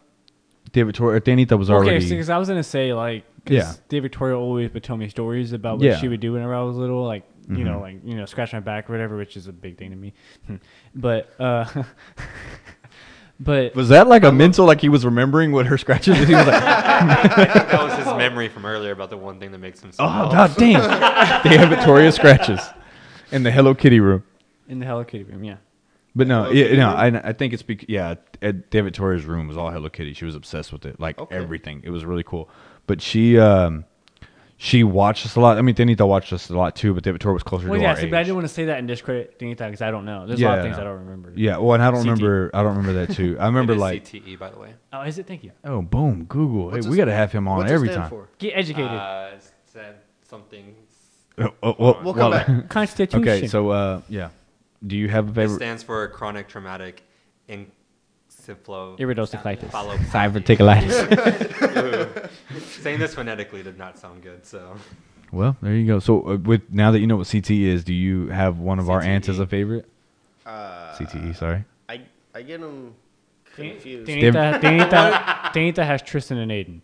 Speaker 2: Tia Victoria, Tia Anita was
Speaker 4: Okay,
Speaker 2: already.
Speaker 4: because I was gonna say like,
Speaker 2: Yeah.
Speaker 4: yeah, Thea Victoria always would tell me stories about what
Speaker 2: Yeah. Mm-hmm.
Speaker 4: she would do whenever I was little, like you know, like you know, scratch my back or whatever, which is a big thing to me. *laughs* but uh, *laughs* but
Speaker 2: was that like a mental, like he was remembering what her scratches? He was like, *laughs*
Speaker 5: that was his memory from earlier about the one thing that makes him. So
Speaker 2: oh god *laughs* damn, Tia Victoria scratches in the Hello Kitty room.
Speaker 4: in the Hello Kitty room, yeah.
Speaker 2: But no,
Speaker 1: Hello
Speaker 2: yeah,
Speaker 1: Kitty
Speaker 2: no,
Speaker 1: room?
Speaker 2: I, I think it's because yeah, Ed, David Torre's room was all Hello Kitty. She was obsessed with it, like
Speaker 1: Okay.
Speaker 2: everything. It was really cool. But she, um, she watched us a lot. I mean, Danita watched us a lot too. But David Torre was closer
Speaker 4: Well,
Speaker 2: to
Speaker 4: yeah,
Speaker 2: our
Speaker 4: see,
Speaker 2: age.
Speaker 4: but I didn't want to say that and discredit Dingy because I don't know. There's a lot
Speaker 2: Yeah,
Speaker 4: of things
Speaker 2: no.
Speaker 4: I don't remember.
Speaker 2: yeah, well, and I don't
Speaker 4: CT.
Speaker 2: remember. I don't remember that
Speaker 1: *laughs*
Speaker 2: too. I
Speaker 5: It
Speaker 2: remember
Speaker 5: is
Speaker 2: like,
Speaker 5: CTE, by the way.
Speaker 4: Oh, is it? Thank you.
Speaker 2: oh, boom, Google.
Speaker 1: What's
Speaker 2: hey,
Speaker 1: it
Speaker 2: we got to
Speaker 1: stand-
Speaker 2: have him on
Speaker 1: what's it
Speaker 2: every
Speaker 1: stand
Speaker 2: time.
Speaker 1: for?
Speaker 4: Get educated.
Speaker 5: Uh, said something.
Speaker 2: *laughs* Oh, oh, well,
Speaker 1: We'll
Speaker 2: well,
Speaker 1: come back. *laughs*
Speaker 4: Constitution.
Speaker 2: *laughs* Okay, so uh, yeah, do you have a
Speaker 5: It
Speaker 2: favorite?
Speaker 5: stands for chronic traumatic encephalo.
Speaker 4: Iridocyclitis.
Speaker 5: Follow.
Speaker 4: *laughs* Diverticulitis.
Speaker 5: Saying this phonetically did not sound good, so.
Speaker 2: *laughs* Well, there you go. So uh, with now that you know what CT is, do you have one of our aunts as a
Speaker 4: E.
Speaker 5: CTE.
Speaker 2: favorite?
Speaker 1: Uh,
Speaker 2: CTE, sorry.
Speaker 1: I I get them confused.
Speaker 4: Dinita, Dinita, Dinita has Tristan and Aiden.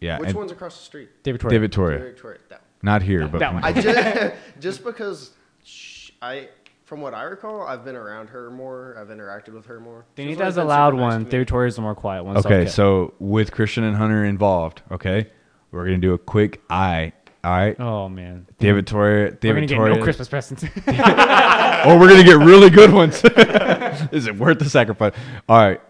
Speaker 2: Yeah,
Speaker 1: Which
Speaker 2: and
Speaker 1: one's across the street?
Speaker 4: David Torrey.
Speaker 2: David Torre.
Speaker 1: Victoria, Victoria, that one.
Speaker 2: Not here, but
Speaker 4: that one.
Speaker 1: I *laughs* just just because sh I from what I recall, I've been around her more. I've interacted with her more. She's always
Speaker 4: Dinita's a
Speaker 1: been
Speaker 4: loud
Speaker 1: super nice
Speaker 4: one.
Speaker 1: to me.
Speaker 4: David Torrey is the more quiet one.
Speaker 2: okay,
Speaker 4: so.
Speaker 2: so with Christian and Hunter involved, okay, we're gonna do a quick eye. All right,
Speaker 4: Oh man,
Speaker 2: David Torre,
Speaker 4: we're gonna
Speaker 2: David
Speaker 4: get
Speaker 2: Torre,
Speaker 4: no Christmas presents. *laughs*
Speaker 2: or we're gonna get really good ones. *laughs* Is it worth the sacrifice? All right,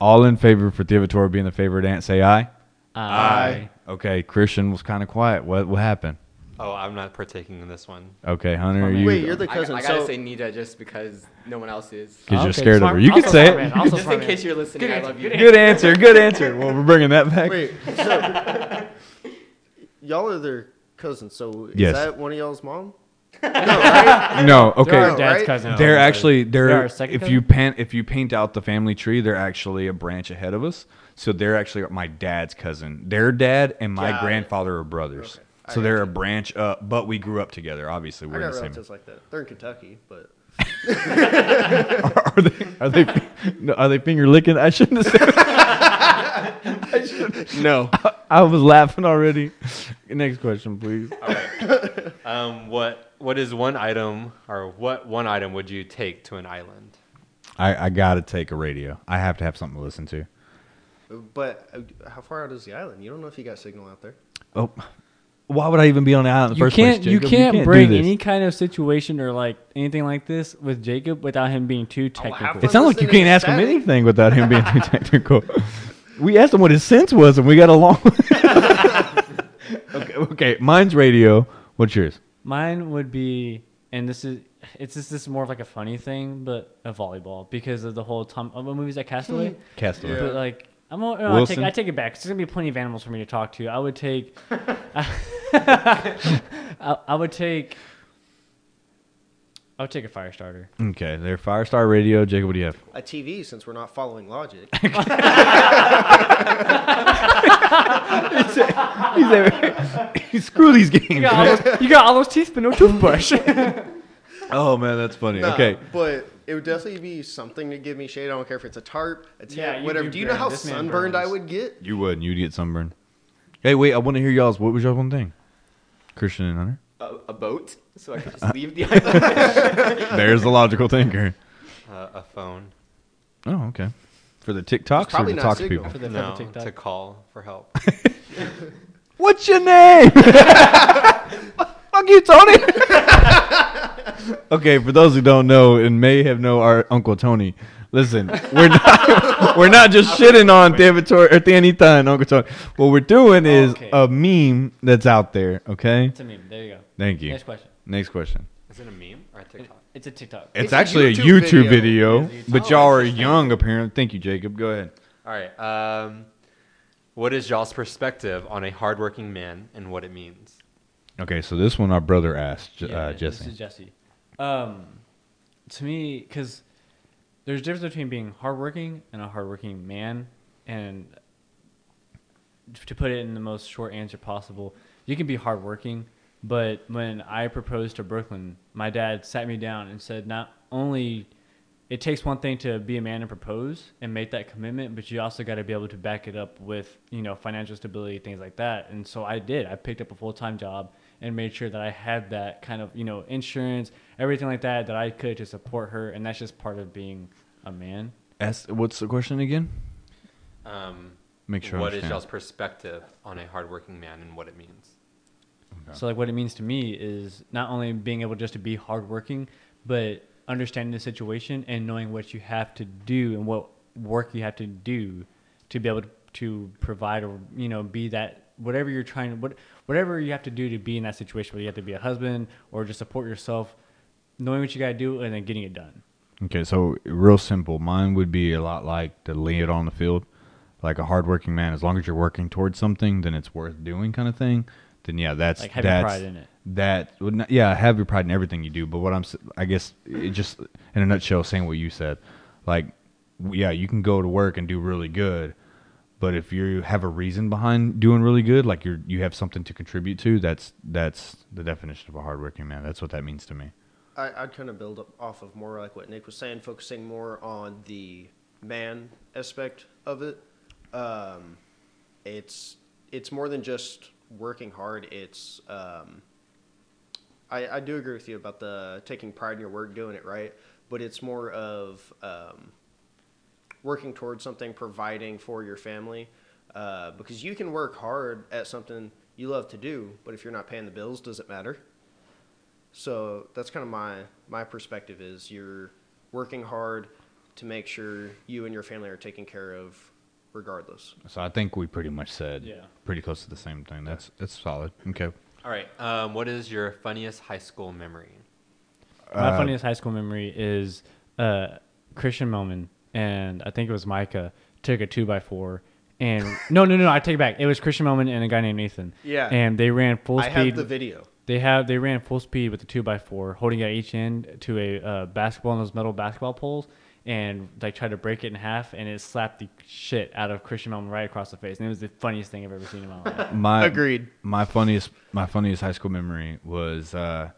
Speaker 2: all in favor for David Torre being the favorite aunt? Say aye.
Speaker 1: Aye.
Speaker 2: Okay, Christian was kind of quiet. What what happened?
Speaker 5: Oh, I'm not partaking in this one.
Speaker 2: Okay, Hunter, are you
Speaker 1: Wait, you're the
Speaker 3: I, I
Speaker 1: cousin.
Speaker 3: gotta
Speaker 1: so *laughs*
Speaker 3: say Nita just because no one else is.
Speaker 2: because
Speaker 4: Okay,
Speaker 2: you're scared
Speaker 4: smart-
Speaker 2: of her. You can
Speaker 4: also
Speaker 2: say
Speaker 4: smart
Speaker 2: it.
Speaker 4: man, also
Speaker 3: Just
Speaker 4: smart
Speaker 3: in
Speaker 4: man.
Speaker 3: case you're listening, I love you.
Speaker 4: *laughs*
Speaker 2: Good answer. Good answer. Well, we're bringing that back.
Speaker 1: wait, so *laughs* y'all are their cousins. So is
Speaker 2: Yes.
Speaker 1: that one of y'all's *laughs* mom?
Speaker 2: No. Okay.
Speaker 4: They're our
Speaker 1: Alright.
Speaker 4: dad's cousin.
Speaker 2: They're actually they're,
Speaker 4: They're our
Speaker 2: if
Speaker 4: second
Speaker 2: you
Speaker 4: cousin?
Speaker 2: paint if you paint out the family tree, they're actually a branch ahead of us. So they're actually my dad's cousin. Their dad and my
Speaker 1: Got it.
Speaker 2: grandfather are brothers.
Speaker 1: Okay. I
Speaker 2: So they're
Speaker 1: got
Speaker 2: a branch up, but we grew up together. Obviously,
Speaker 1: I
Speaker 2: we're in
Speaker 1: got
Speaker 2: the same.
Speaker 1: relatives like that. They're in Kentucky, but
Speaker 2: Are they are they no, are they finger licking? I shouldn't have said.
Speaker 1: no.
Speaker 2: I was laughing already. Next question, please.
Speaker 5: Um, what what is one item or what one item would you take to an island?
Speaker 2: I, I gotta take a radio. I have to have something to listen to.
Speaker 1: But uh, how far out is the island? You don't know if you got signal out there.
Speaker 2: Oh, why would I even be on the island in the
Speaker 4: You
Speaker 2: first
Speaker 4: can't,
Speaker 2: place?
Speaker 4: you
Speaker 2: Jacob?
Speaker 4: can't
Speaker 2: do
Speaker 4: bring
Speaker 2: this.
Speaker 4: any kind of situation or like anything like this with Jacob without him being too
Speaker 1: have
Speaker 4: technical.
Speaker 2: It sounds like you
Speaker 1: listening
Speaker 2: can't
Speaker 1: to
Speaker 2: ask him
Speaker 1: static.
Speaker 2: anything without him being *laughs* too technical. We asked him what his sense was, and we got along. *laughs* okay, okay, mine's radio. What's yours?
Speaker 4: Mine would be and this is it's just this is more of like a funny thing, but a volleyball because of the whole Tom of the movies like Castaway.
Speaker 2: *laughs* Castaway.
Speaker 1: Yeah.
Speaker 4: But like I'm all, no, I take
Speaker 2: Wilson?
Speaker 4: I take it back. 'cause There's gonna be plenty of animals for me to talk to. I would *laughs* take. I, I would take. I would take a fire starter.
Speaker 2: Okay, there. Firestar Radio. Jacob, what do you have?
Speaker 1: A TV, since we're not following logic.
Speaker 2: *laughs* Screw these games.
Speaker 4: You got all those, you got all those teeth, but *laughs* no toothbrush.
Speaker 2: *laughs* oh man, that's funny.
Speaker 1: Nah,
Speaker 2: Okay,
Speaker 1: But it would definitely be something to give me shade. I don't care if it's a tarp, a tent,
Speaker 4: Yeah, you
Speaker 1: whatever.
Speaker 4: do
Speaker 1: Do you know
Speaker 4: burn.
Speaker 1: how
Speaker 4: This man
Speaker 1: sunburned I
Speaker 4: burns.
Speaker 1: would get?
Speaker 2: you would. You'd get sunburned. Hey, wait. I want to hear y'all's. What was y'all's one thing? Christian and
Speaker 1: *laughs*
Speaker 2: Hunter.
Speaker 3: A, a boat, so I could just leave the island.
Speaker 2: There's the logical thinker.
Speaker 5: Uh, a phone.
Speaker 2: Oh, okay. For the TikToks or
Speaker 1: probably
Speaker 2: to
Speaker 1: not
Speaker 2: talk to
Speaker 1: signal.
Speaker 2: people.
Speaker 4: For the- for the
Speaker 5: No,
Speaker 4: TikTok.
Speaker 5: to call
Speaker 2: *laughs*
Speaker 5: for help.
Speaker 2: What's your *laughs* name? Fuck you, Tony. okay, for those who don't know and may have know our Uncle Tony, listen, we're not *laughs* we're not just shitting on David Tor- or Danny and Uncle Tony. What we're doing is
Speaker 4: Okay.
Speaker 2: a meme that's out there. Okay,
Speaker 4: it's a meme. There you go.
Speaker 2: thank you.
Speaker 4: Next question.
Speaker 2: Next question.
Speaker 5: Is it a meme or a TikTok?
Speaker 4: It's a TikTok.
Speaker 2: It's,
Speaker 1: It's a
Speaker 2: actually a
Speaker 1: YouTube
Speaker 2: YouTube video,
Speaker 1: video.
Speaker 2: but y'all are young apparently. Thank you, Jacob. Go ahead.
Speaker 5: All right. Um, what is y'all's perspective on a hardworking man and what it means?
Speaker 2: Okay, so this one our brother asked
Speaker 4: Yeah,
Speaker 2: uh,
Speaker 4: yeah, This
Speaker 2: Jesse.
Speaker 4: is Jesse. Um, to me, because there's a difference between being hardworking and a hardworking man, and to put it in the most short answer possible, you can be hardworking. But when I proposed to Brooklyn, my dad sat me down and said, not only it takes one thing to be a man and propose and make that commitment, but you also got to be able to back it up with you know financial stability, things like that. And so I did. I picked up a full time job and made sure that I had that kind of you know insurance, everything like that that I could to support her. And that's just part of being a man.
Speaker 2: Ask, what's the question again?
Speaker 5: Um,
Speaker 2: Make sure I
Speaker 5: What is
Speaker 2: understand.
Speaker 5: y'all's perspective on a hardworking man and what it means?
Speaker 4: So like what it means to me is not only being able just to be hardworking, but understanding the situation and knowing what you have to do and what work you have to do to be able to, to provide or you know be that whatever you're trying to what whatever you have to do to be in that situation whether you have to be a husband or just support yourself knowing what you got to do and then getting it done
Speaker 2: Okay, so real simple. Mine would be a lot like to lay it on the field, like a hardworking man. As long as you're working towards something, then it's worth doing, kind of thing. Then yeah, that's
Speaker 4: Like, have your
Speaker 2: that's,
Speaker 4: pride in it.
Speaker 2: That well, not- yeah, have your pride in everything you do. But what I'm, s- I guess, it just in a nutshell, saying what you said, like w- yeah, you can go to work and do really good, but if you have a reason behind doing really good, like you're you have something to contribute to, that's that's the definition of a hardworking man. That's what that means to me.
Speaker 1: I, I'd kind of build up off of more like what Nick was saying, focusing more on the man aspect of it. Um, it's it's more than just working hard. It's um, I, I do agree with you about the taking pride in your work, doing it right, but it's more of um, working towards something, providing for your family, uh, because you can work hard at something you love to do, but if you're not paying the bills, does it matter? So that's kind of my my perspective is you're working hard to make sure you and your family are taken care of, regardless.
Speaker 2: So I think we pretty much said
Speaker 4: Yeah.
Speaker 2: pretty close to the same thing. That's that's solid. Okay.
Speaker 5: All right. Um, what is your funniest high school memory?
Speaker 4: My
Speaker 2: Uh,
Speaker 4: funniest high school memory is uh, Christian Moman and I think it was Micah took a two by four and *laughs* no no no I take it back it was Christian Moman and a guy named Nathan
Speaker 1: Yeah.
Speaker 4: and they ran full
Speaker 1: I
Speaker 4: speed
Speaker 1: have the video.
Speaker 4: they have they ran full speed with the two by four holding it at each end to a uh, basketball and those metal basketball poles and like tried to break it in half and it slapped the shit out of Christian Moman right across the face and it was the funniest thing I've ever seen in my life
Speaker 2: My
Speaker 1: Agreed.
Speaker 2: My funniest my funniest high school memory was uh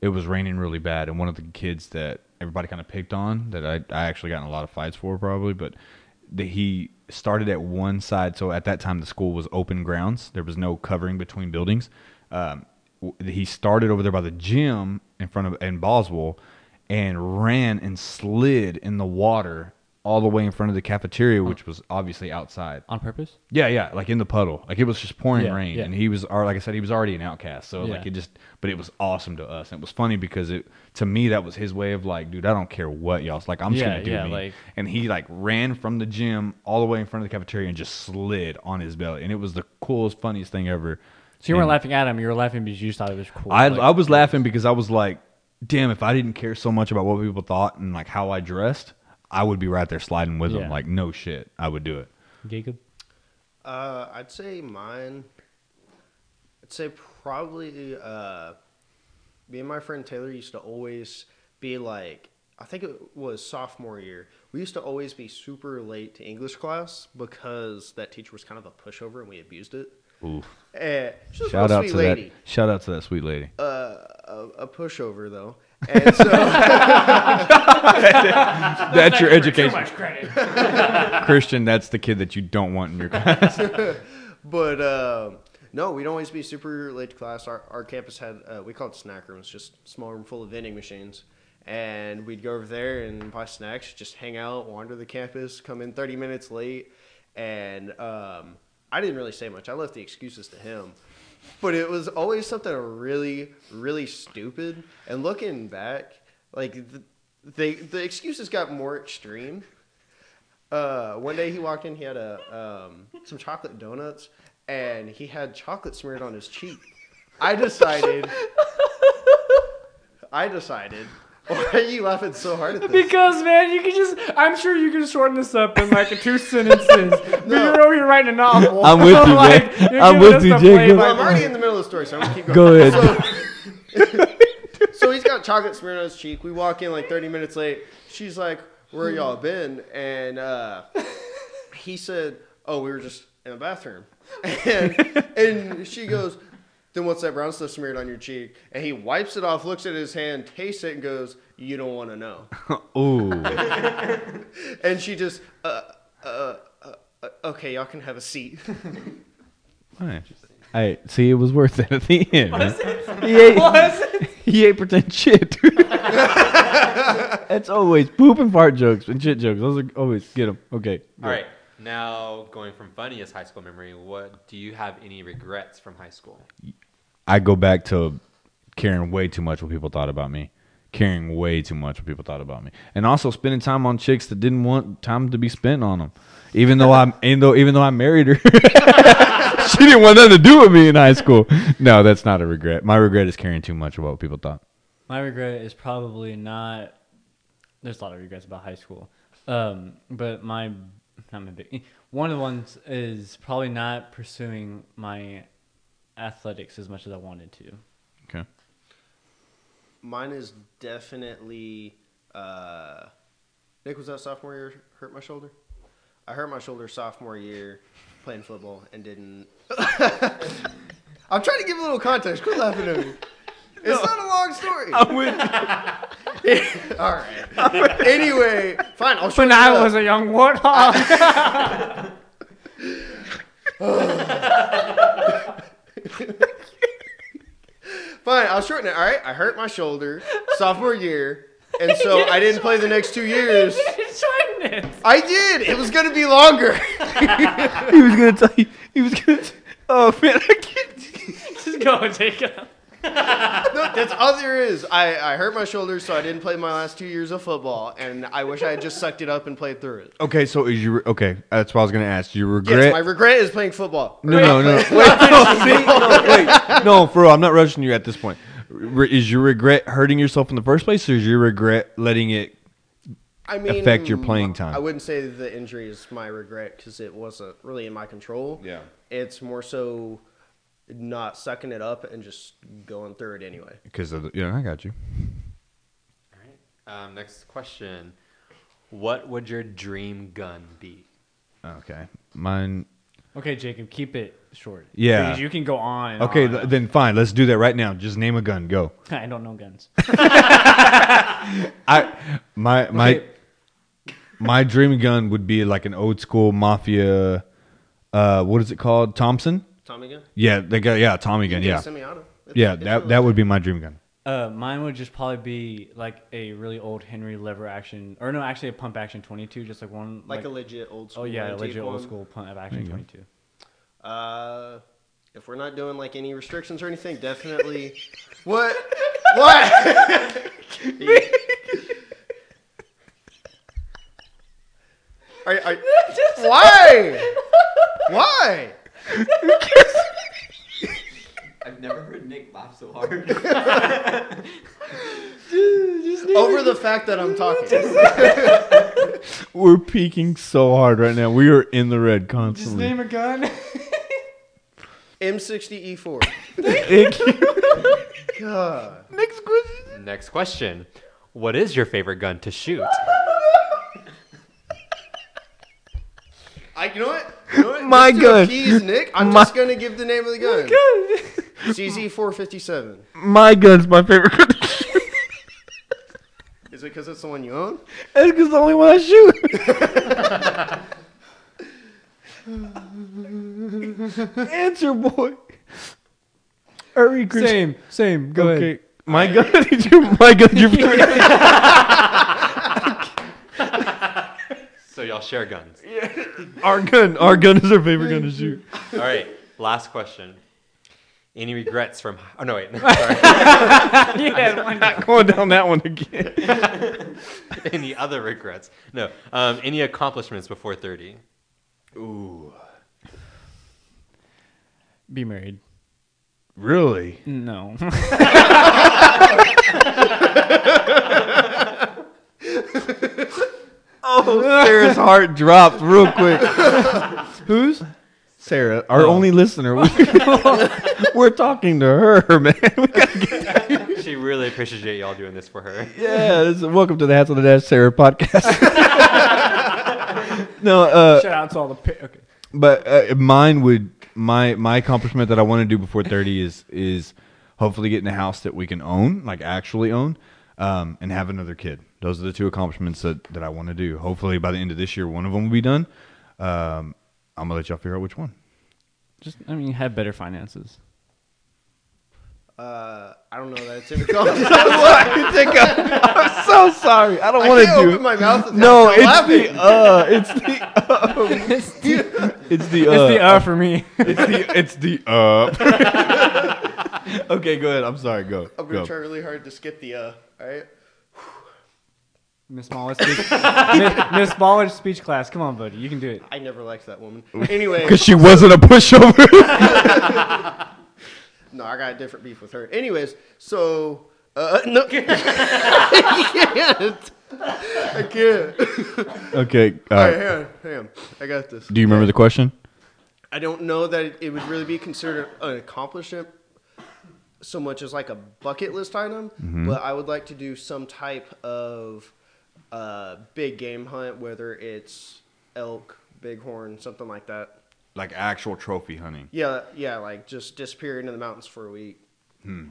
Speaker 2: it was raining really bad and one of the kids that everybody kind of picked on that I I actually got in a lot of fights for probably, but that he started at one side. So at that time the school was open grounds. There was no covering between buildings. Um w- he started over there by the gym in front of in Boswell and ran and slid in the water all the way in front of the cafeteria, which was obviously outside.
Speaker 4: *laughs* on purpose
Speaker 2: Yeah, yeah, like in the puddle, like it was just pouring
Speaker 4: Yeah,
Speaker 2: rain,
Speaker 4: yeah.
Speaker 2: and he was, or like I said, he was already an outcast, so like
Speaker 4: Yeah.
Speaker 2: it just, but it was awesome to us, and it was funny because it, to me, that was his way of like, dude, I don't care what y'all, like I'm just
Speaker 4: Yeah,
Speaker 2: gonna do
Speaker 4: yeah,
Speaker 2: me,
Speaker 4: like-
Speaker 2: and he like ran from the gym all the way in front of the cafeteria and just slid on his belly, and it was the coolest, funniest thing ever.
Speaker 4: so you weren't
Speaker 2: And
Speaker 4: laughing at him you were laughing because you just thought it was cool
Speaker 2: I
Speaker 4: Like-
Speaker 2: I was laughing because I was like, damn, if I didn't care so much about what people thought and like how I dressed, I would be right there sliding with
Speaker 6: Yeah.
Speaker 2: them. Like, no shit, I would do it.
Speaker 6: Jacob.
Speaker 1: Uh, I'd say mine. I'd say probably uh, me and my friend Taylor used to always be like, I think it was sophomore year. We used to always be super late to English class because that teacher was kind of a pushover and we abused it.
Speaker 2: Oof.
Speaker 1: And she was
Speaker 2: Shout
Speaker 1: a
Speaker 2: out
Speaker 1: sweet
Speaker 2: to
Speaker 1: lady,
Speaker 2: that. Shout out to that sweet lady.
Speaker 1: a, a pushover though. And so,
Speaker 2: that's your
Speaker 4: *laughs*
Speaker 2: education,
Speaker 4: credit.
Speaker 2: Christian. That's the kid that you don't want in your class. *laughs*
Speaker 1: but um no, we'd always be super late to class. Our, our campus had uh, we called it snack rooms, just small room full of vending machines, and we'd go over there and buy snacks, just hang out, wander the campus, come in thirty minutes late, and um, I didn't really say much. I left the excuses to him. But it was always something really, really stupid. And looking back, like the, they, the excuses got more extreme. Uh, one day he walked in, he had a um, some chocolate donuts, and he had chocolate smeared on his cheek. I decided. I decided. *laughs* Why are you laughing so hard at this?
Speaker 4: Because man, you can just—I'm sure you can shorten this up in like
Speaker 6: *laughs*
Speaker 4: two sentences. But you're over here writing a novel.
Speaker 2: I'm
Speaker 4: *laughs*
Speaker 2: with you,
Speaker 4: Like,
Speaker 2: Jake.
Speaker 4: you're
Speaker 2: I'm
Speaker 4: giving
Speaker 2: with
Speaker 4: us
Speaker 2: you,
Speaker 4: the
Speaker 2: Jacob.
Speaker 4: play-by-play.
Speaker 1: Well, I'm already in the middle of the story, so I'm gonna keep going.
Speaker 2: Go ahead.
Speaker 1: So he's got chocolate smeared on his cheek. We walk in like 30 minutes late. She's like, "Where y'all been?" And uh, he said, "Oh, we were just in the bathroom." And, and she goes, "Then what's that brown stuff smeared on your cheek?" And he wipes it off, looks at his hand, tastes it, and goes, "You don't want to know."
Speaker 2: Ooh.
Speaker 1: And she just, uh, uh, uh, uh, "Okay, y'all can have a seat." *laughs*
Speaker 2: Nice. Hey, see, it was worth it at the end. man. He ate, *laughs* He ate pretend shit, dude. That's always poop and fart jokes and shit jokes. Those are always get them. Okay.
Speaker 5: All right. Now going from funniest high school memory, what do you have any regrets from high school?
Speaker 2: I go back to caring way too much what people thought about me, caring way too much what people thought about me, and also spending time on chicks that didn't want time to be spent on them. Even though I'm, even though even though I married her, *laughs* she didn't want nothing to do with me in high school. No, that's not a regret. My regret is caring too much about what people thought.
Speaker 6: My regret is probably not. There's a lot of regrets about high school, um, but my not my big one of the ones is probably not pursuing my athletics as much as I wanted to.
Speaker 2: Okay.
Speaker 1: Mine is definitely. Uh, Nick, was that sophomore year? Hurt my shoulder. I hurt my shoulder sophomore year playing football and didn't. *laughs* I'm trying to give a little context. Quit laughing at me. It's not a long story. *laughs* All right. Anyway, fine. I'll shorten
Speaker 4: When
Speaker 1: it
Speaker 4: I
Speaker 1: up.
Speaker 4: was a
Speaker 6: *laughs*
Speaker 4: young *laughs* warthog.
Speaker 1: Fine, I'll shorten it. All right, I hurt my shoulder sophomore year, and so I didn't play the next two years. I did. It was gonna be longer. *laughs*
Speaker 2: He was gonna tell you. He was gonna. oh man, I can't.
Speaker 4: Just go, Jacob.
Speaker 1: No, that's all there is. I, I hurt my shoulder, so I didn't play my last two years of football, and I wish I had just sucked it up and played through it.
Speaker 2: Okay, so is you okay? That's what I was gonna ask. Do you regret?
Speaker 1: Yes, my regret is playing football.
Speaker 2: no, no, no. Wait, *laughs* no, see, no, wait, no. For real, I'm not rushing you at this point. Re- is your regret hurting yourself in the first place, or is your regret letting it?
Speaker 1: I mean,
Speaker 2: affect your playing time.
Speaker 1: I wouldn't say the injury is my regret because it wasn't really in my control.
Speaker 2: Yeah.
Speaker 1: it's more so not sucking it up and just going through it anyway.
Speaker 2: Because of the, yeah, I got you.
Speaker 5: All right. Um, next question. What would your dream gun be?
Speaker 2: Okay, mine.
Speaker 6: Okay, Jacob, keep it short.
Speaker 2: Yeah.
Speaker 6: because you can go on. and
Speaker 2: Okay,
Speaker 6: on.
Speaker 2: th- then fine. Let's do that right now. Just name a gun. Go.
Speaker 4: *laughs*
Speaker 6: I don't know guns.
Speaker 2: I my my
Speaker 6: Okay.
Speaker 2: my dream gun would be like an old school mafia. Uh, what is it called? Thompson.
Speaker 1: Tommy gun.
Speaker 2: Yeah, they got yeah Tommy gun.
Speaker 1: You
Speaker 2: Yeah,
Speaker 1: get semi-auto. It's-
Speaker 2: yeah.
Speaker 1: it's
Speaker 2: That
Speaker 1: really-
Speaker 2: that would be my dream gun.
Speaker 6: Uh, mine would just probably be like a really old Henry lever action, or no, actually a pump action twenty two, just like one
Speaker 1: like, a legit old school.
Speaker 6: oh yeah, a
Speaker 1: antique
Speaker 6: legit old
Speaker 1: one.
Speaker 6: school pump action
Speaker 2: you go.
Speaker 6: twenty two.
Speaker 1: Uh, if we're not doing like any restrictions or anything, definitely. *laughs* what? What? *laughs* are,
Speaker 2: *laughs*
Speaker 1: are, why? Why?
Speaker 3: *laughs* I've never heard Nick laugh so hard.
Speaker 1: over the fact that I'm *laughs* talking.
Speaker 2: We're peaking so hard right now. We are in the red
Speaker 4: Just
Speaker 2: constantly.
Speaker 4: name a gun. *laughs*
Speaker 1: M60E4.
Speaker 2: Thank you.
Speaker 1: God.
Speaker 2: Next question.
Speaker 5: Next question. What is your favorite gun to shoot?
Speaker 1: I, you know what? You know what?
Speaker 2: My
Speaker 1: Let's do
Speaker 2: gun.
Speaker 1: Keys, Nick. I'm
Speaker 2: My-
Speaker 1: just gonna give the name of the gun.
Speaker 2: *laughs*
Speaker 1: CZ457.
Speaker 2: My gun's my favorite gun. *laughs*
Speaker 1: Is it because it's the one you own?
Speaker 2: That's because the only one I shoot. *laughs* Answer, boy. Hurry, Chris.
Speaker 4: same, same. Go
Speaker 2: Okay.
Speaker 4: ahead.
Speaker 2: My gun. *laughs* Did you? My gun. Did *laughs* you?
Speaker 5: So y'all share guns.
Speaker 2: our gun. Our gun is our favorite gun to *laughs* shoot.
Speaker 5: All right. Last question. Any regrets from? Oh no, wait. *laughs* Sorry.
Speaker 4: *laughs*
Speaker 2: Not going down that one again.
Speaker 5: any other regrets? No. Um, any accomplishments before thirty?
Speaker 4: Be married.
Speaker 2: *laughs* Really?
Speaker 4: No. *laughs*
Speaker 2: Sarah's heart dropped real quick. *laughs* Who's? Oh. Sarah, our only listener. *laughs* We, are talking to her, man. We gotta get-
Speaker 5: She really appreciates y'all doing this for her.
Speaker 2: yeah, this is- welcome to the Hats on the Dash Sarah podcast. *laughs* no, uh,
Speaker 4: Shout out to all the. Pa- okay.
Speaker 2: but uh, mine would my my accomplishment that I want to do before thirty is is hopefully getting a house that we can own, like actually own, um, and have another kid. Those are the two accomplishments that, that I want to do. Hopefully by the end of this year, one of them will be done. Um, I'm gonna let y'all figure out
Speaker 1: *laughs*
Speaker 2: which one.
Speaker 6: Just, I mean, have better
Speaker 4: *laughs*
Speaker 6: finances.
Speaker 1: Uh, I don't know that it's in
Speaker 2: *laughs*
Speaker 1: the competition.
Speaker 2: I'm so sorry. I don't
Speaker 1: I
Speaker 2: want
Speaker 1: can't
Speaker 2: to do.
Speaker 1: open my mouth. and
Speaker 2: no,
Speaker 1: stop
Speaker 2: it's
Speaker 1: laughing.
Speaker 2: the uh, it's the uh, it's the it's the uh,
Speaker 4: it's the uh for me. *laughs*
Speaker 2: it's the it's the uh. *laughs* okay, go ahead. I'm sorry. Go.
Speaker 1: I'm gonna
Speaker 2: go.
Speaker 1: try really hard to skip the uh. All right.
Speaker 4: Miss Ballard's speech. *laughs* Miss- Miss Ballard's speech class. Come on, buddy. You can do it.
Speaker 1: I never liked that
Speaker 2: *laughs*
Speaker 1: woman. Anyway,
Speaker 2: Because she wasn't a pushover.
Speaker 1: no, I got a different beef with her. Anyways, so uh, no. *laughs* I
Speaker 2: *laughs*
Speaker 1: can't. I can't.
Speaker 2: *laughs* okay. Uh,
Speaker 1: All right, hang on, hang on. I got this.
Speaker 2: Do you remember the question?
Speaker 1: I don't know that it would really be considered an accomplishment so much as like a bucket list item,
Speaker 2: Mm-hmm.
Speaker 1: but I would like to do some type of uh, big game hunt, whether it's elk, bighorn, something like that.
Speaker 2: Like actual trophy hunting.
Speaker 1: Yeah, yeah, like just disappear into the mountains for a week,
Speaker 2: Hmm.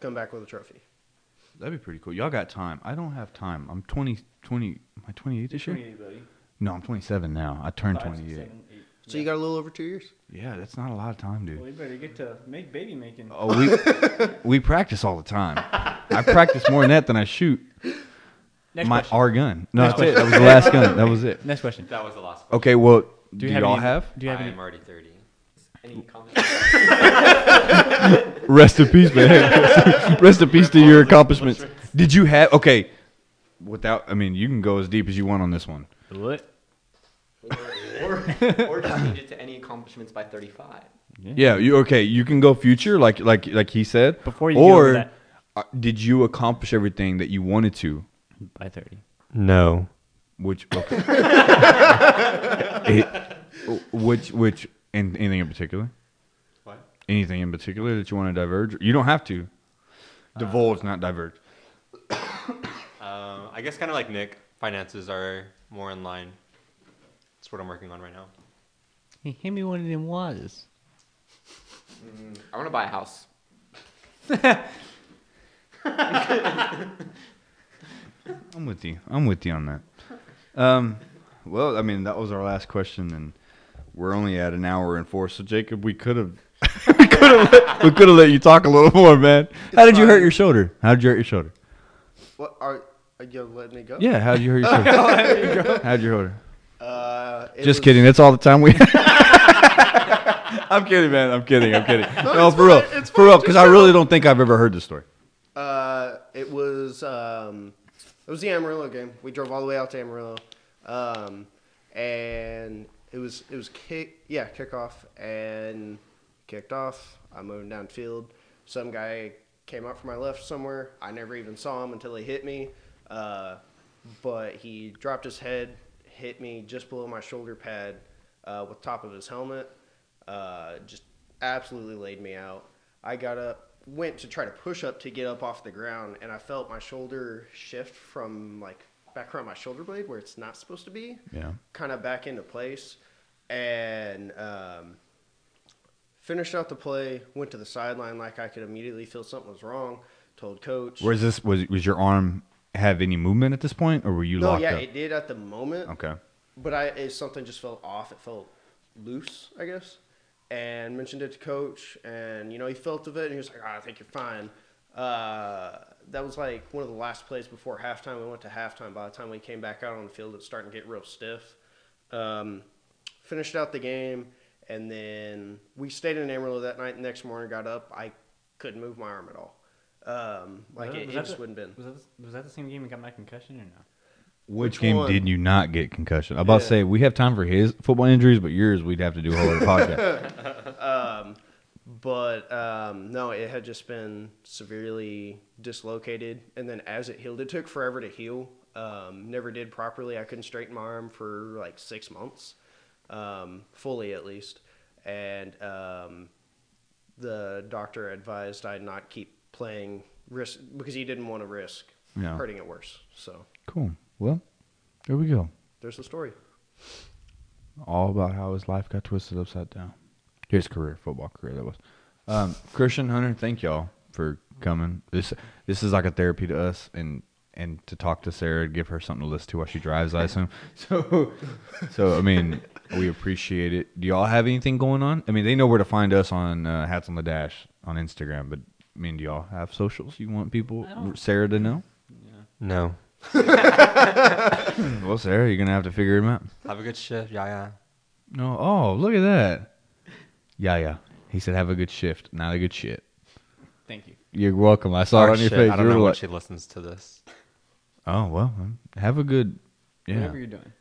Speaker 1: come back with a trophy.
Speaker 2: That'd be pretty cool. Y'all got time. I don't have time. I'm 20, 20, am I 28 this year? No, I'm 27 now. I turned 28.
Speaker 1: So you got a little over two years.
Speaker 2: Yeah, that's not a lot of time, dude.
Speaker 4: you better get to make baby making.
Speaker 2: Oh, we
Speaker 6: *laughs*
Speaker 2: we practice all the time. I practice more net than I shoot.
Speaker 6: Next
Speaker 2: My
Speaker 6: question.
Speaker 2: our gun. No, that's it. That was the last gun. That was it.
Speaker 6: Next question.
Speaker 5: That was the last. Question.
Speaker 2: Okay, well, do,
Speaker 6: you have
Speaker 2: y'all
Speaker 6: any-
Speaker 2: have?
Speaker 6: Do you have
Speaker 5: I
Speaker 6: any?
Speaker 5: am already thirty.
Speaker 3: Any comments?
Speaker 2: Rest in peace, *laughs* man. Rest in peace to your accomplishments. Did you have? Okay, without. I mean, you can go as deep as you want on this one.
Speaker 6: What?
Speaker 3: or, or, or just change it to any accomplishments by 35.
Speaker 2: Yeah, you okay? You can go future, like like like he said.
Speaker 6: Before you get
Speaker 2: or
Speaker 6: over that-
Speaker 2: uh, did you accomplish everything that you wanted to?
Speaker 6: By thirty.
Speaker 5: No.
Speaker 2: Which okay.
Speaker 6: *laughs*
Speaker 2: It- which which and anything in particular?
Speaker 5: What?
Speaker 2: Anything in particular that you want to diverge? You don't have to. Divulge, not diverge.
Speaker 5: Um, I guess kind of like Nick, finances are more in line. That's what I'm working on right now.
Speaker 6: Hey, hand me one of them was.
Speaker 3: I want to buy a house.
Speaker 2: I'm with you. I'm with you on that. Um, well, I mean, that was our last question, and we're only at an hour and four. So, Jacob, we could have, *laughs* we could have, let, we could have let you talk a little *laughs* more, man. How did you hurt your shoulder? How did you hurt your shoulder?
Speaker 1: What are, are you letting me go?
Speaker 2: Yeah, how did you hurt *laughs* your shoulder? How'd you hurt it?
Speaker 1: Uh, it
Speaker 2: *laughs* Just
Speaker 1: was-
Speaker 2: kidding. That's all the time we. *laughs* I'm kidding, man. I'm kidding. I'm kidding. No,
Speaker 1: it's
Speaker 2: for real.
Speaker 1: fine, it's
Speaker 2: for real, because I really don't think I've ever heard this story.
Speaker 1: Uh, it was um, it was the Amarillo game. We drove all the way out to Amarillo, um, and it was it was kick yeah kickoff and kicked off. I'm moving downfield. Some guy came up from my left somewhere. I never even saw him until he hit me. Uh, but he dropped his head, hit me just below my shoulder pad uh, with top of his helmet. Uh, just absolutely laid me out. I got up, went to try to push up to get up off the ground, and I felt my shoulder shift from like back around my shoulder blade where it's not supposed to be,
Speaker 2: Yeah.
Speaker 1: kind of back into place, and um, finished out the play. Went to the sideline like I could immediately feel something was wrong. Told coach.
Speaker 2: Whereas this was was your arm have any movement at this point, or were you
Speaker 1: no,
Speaker 2: locked
Speaker 1: yeah,
Speaker 2: up?
Speaker 1: it did at the moment.
Speaker 2: okay.
Speaker 1: but I it, something just felt off. It felt loose, I guess. And mentioned it to coach, and you know he felt of it, and he was like, "Ah, "I think you're fine." Uh, that was like one of the last plays before halftime. We went to halftime. By the time we came back out on the field, it's starting to get real stiff. Um, finished out the game, and then we stayed in Amarillo that night. The next morning, got up. I couldn't move my arm at all. Um, like
Speaker 6: Was that- was
Speaker 1: it, it
Speaker 6: that
Speaker 1: just
Speaker 6: the-
Speaker 1: wouldn't bend.
Speaker 6: Was that was that the same game you got my concussion or no?
Speaker 2: Which,
Speaker 1: Which
Speaker 2: game
Speaker 1: one?
Speaker 2: did you not get concussion? I'm about to
Speaker 1: Yeah.
Speaker 2: say we have time for his football injuries, but yours we'd have to do
Speaker 1: *laughs*
Speaker 2: a whole other podcast.
Speaker 1: but um, no, it had just been severely dislocated, and then as it healed, it took forever to heal. Um, never did properly. I couldn't straighten my arm for like six months, um, fully at least, and um, the doctor advised I not keep playing risk because he didn't want to risk
Speaker 2: Yeah.
Speaker 1: hurting it worse. So
Speaker 2: Cool. Well, there we go.
Speaker 1: there's the story.
Speaker 2: All about how his life got twisted upside down. His career, football career, that was. Um, Christian Hunter, thank y'all for coming. This this is like a therapy to us, and and to talk to Sarah, give her something to listen to while she drives. I assume. *laughs* So, so I mean, we appreciate it. Do y'all have anything going on? I mean, they know where to find us on uh, Hats on the Dash on Instagram, but I mean, do y'all have socials? You want people Sarah to know?
Speaker 5: No.
Speaker 2: Well, Sarah, you're gonna have to figure him out.
Speaker 5: Have a good shift. Yeah, yeah.
Speaker 2: No. Oh, look at that. Yeah, yeah. He said, "Have a good shift, not a good shit."
Speaker 6: Thank you.
Speaker 2: You're welcome. I saw it
Speaker 5: Or
Speaker 2: on your
Speaker 5: shit,
Speaker 2: face.
Speaker 5: I
Speaker 2: You
Speaker 5: don't know
Speaker 2: were
Speaker 5: when
Speaker 2: like-
Speaker 5: she listens to this.
Speaker 2: oh well. um, Have a good. Yeah.
Speaker 6: Whatever you're doing.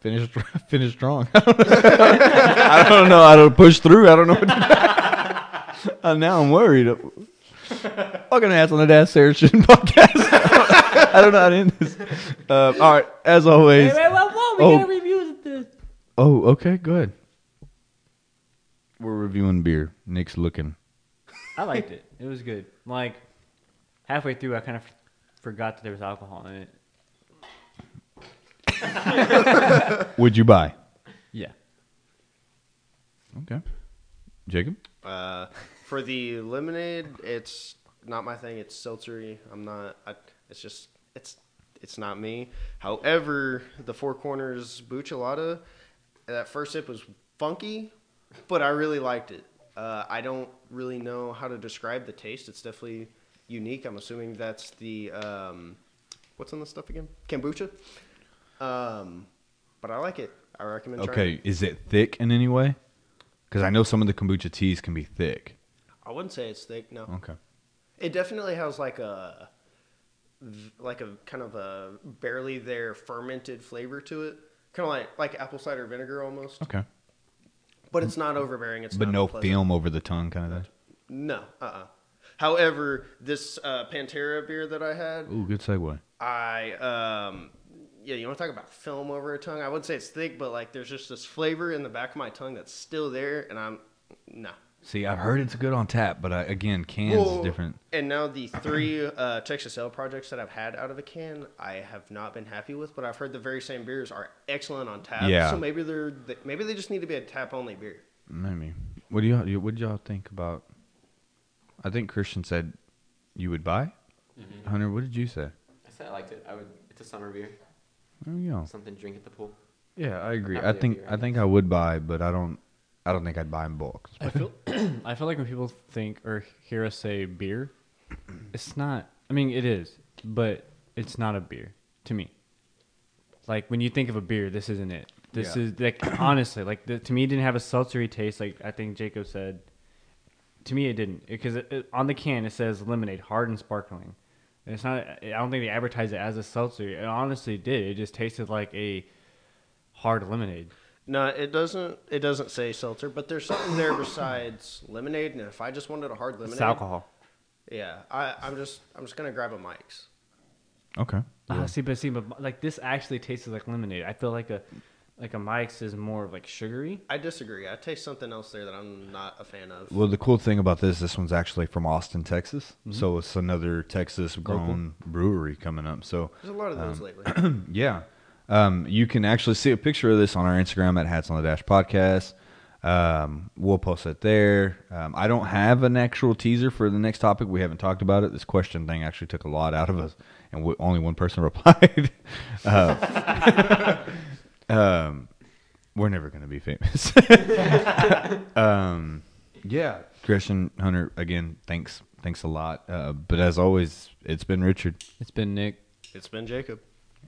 Speaker 2: Finish. *laughs* Finish strong. I
Speaker 5: *laughs*
Speaker 2: don't know. I don't know how to push through. I don't know. What to do. *laughs* Uh, now I'm worried. Fucking ass on the dash, Sarah Shin *laughs* podcast. I don't know how to end this. Uh, all right. As always.
Speaker 6: we
Speaker 2: Oh.
Speaker 6: gotta review this.
Speaker 2: Oh, okay. Good. We're reviewing beer. Nick's looking.
Speaker 6: I liked it. It was good. Like halfway through, I kind of f- forgot that there was alcohol in it.
Speaker 2: Would you buy?
Speaker 6: Yeah.
Speaker 2: Okay. Jacob?
Speaker 1: Uh, for the lemonade, it's not my thing. It's seltzery. I'm not. I, it's just it's it's not me. However, the Four Corners Buchalada, that first sip was funky, but I really liked it. Uh, I don't really know how to describe the taste. It's definitely unique. I'm assuming that's the um, what's on this stuff again? Kombucha. Um, but I like it. I recommend. trying
Speaker 2: Okay.
Speaker 1: it.
Speaker 2: Is it thick in any way? Because I know some of the kombucha teas can be thick.
Speaker 1: I wouldn't say it's thick. No.
Speaker 2: Okay.
Speaker 1: It definitely has like a v- like a kind of a barely there fermented flavor to it, kind of like like apple cider vinegar almost.
Speaker 2: Okay.
Speaker 1: But it's not overbearing. It's
Speaker 2: But
Speaker 1: not
Speaker 2: no
Speaker 1: unpleasant.
Speaker 2: film over the tongue kind of thing.
Speaker 1: No. Uh. uh However, this uh, Pantera beer that I had,
Speaker 2: Ooh, good segue.
Speaker 1: I um. Yeah, you want to talk about film over a tongue? I wouldn't say it's thick, but like there's just this flavor in the back of my tongue that's still there, and I'm no.
Speaker 2: See, I've heard it's good on tap, but I, again, cans
Speaker 1: Well,
Speaker 2: is different.
Speaker 1: And now the three uh, Texas Ale projects that I've had out of a can, I have not been happy with. But I've heard the very same beers are excellent on tap.
Speaker 2: Yeah.
Speaker 1: So maybe they're th- maybe they just need to be a tap only beer.
Speaker 2: Maybe. What do y'all? you- What did y'all think about? I think Christian said you would buy. Hunter, what did you say?
Speaker 3: I said I liked it. I would. It's a summer beer.
Speaker 2: There we go.
Speaker 3: Something to drink at the pool.
Speaker 2: Yeah, I agree.
Speaker 3: Not
Speaker 2: I
Speaker 3: really a
Speaker 2: think
Speaker 3: beer, I
Speaker 2: I think I would buy, but I don't. I don't think I'd buy in bulk.
Speaker 6: I feel *clears throat* I feel like when people think or hear us say beer, it's not. I mean, it is, but it's not a beer to me. Like when you think of a beer, this isn't it. This
Speaker 2: Yeah.
Speaker 6: is like *clears throat* honestly, like the, to me, it didn't have a seltzery taste. Like I think Jacob said, to me, it didn't because it, it- on the can it says lemonade, hard and sparkling. And it's not. I don't think they advertise it as a seltzer. It honestly did. It just tasted like a hard lemonade.
Speaker 1: No, it doesn't. It doesn't say seltzer, but there's something there besides lemonade. And if I just wanted a hard lemonade,
Speaker 6: It's alcohol.
Speaker 1: Yeah, I, I'm just I'm just gonna grab a Mike's.
Speaker 2: Okay.
Speaker 6: Ah, see, but see, but like this actually tastes like lemonade. I feel like a like a Mike's is more of like sugary.
Speaker 1: I disagree. I taste something else there that I'm not a fan of.
Speaker 2: Well, the cool thing about this, this one's actually from Austin, Texas. So it's another Texas grown brewery coming up. So
Speaker 1: There's a lot of
Speaker 2: um,
Speaker 1: those lately.
Speaker 2: *clears throat* yeah, um, you can actually see a picture of this on our Instagram at Hats on the Dash Podcast. Um, we'll post it there. Um, I don't have an actual teaser for the next topic. We haven't talked about it. This question thing actually took a lot out of us, and we, only one person *laughs* replied. Uh, *laughs* um, we're never going to be famous. *laughs* um, yeah, Christian Hunter again. Thanks, thanks a lot. Uh, but as always, it's been Richard.
Speaker 6: It's been Nick.
Speaker 1: it's been Jacob.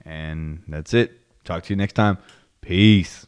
Speaker 2: And that's it. Talk to you next time. Peace.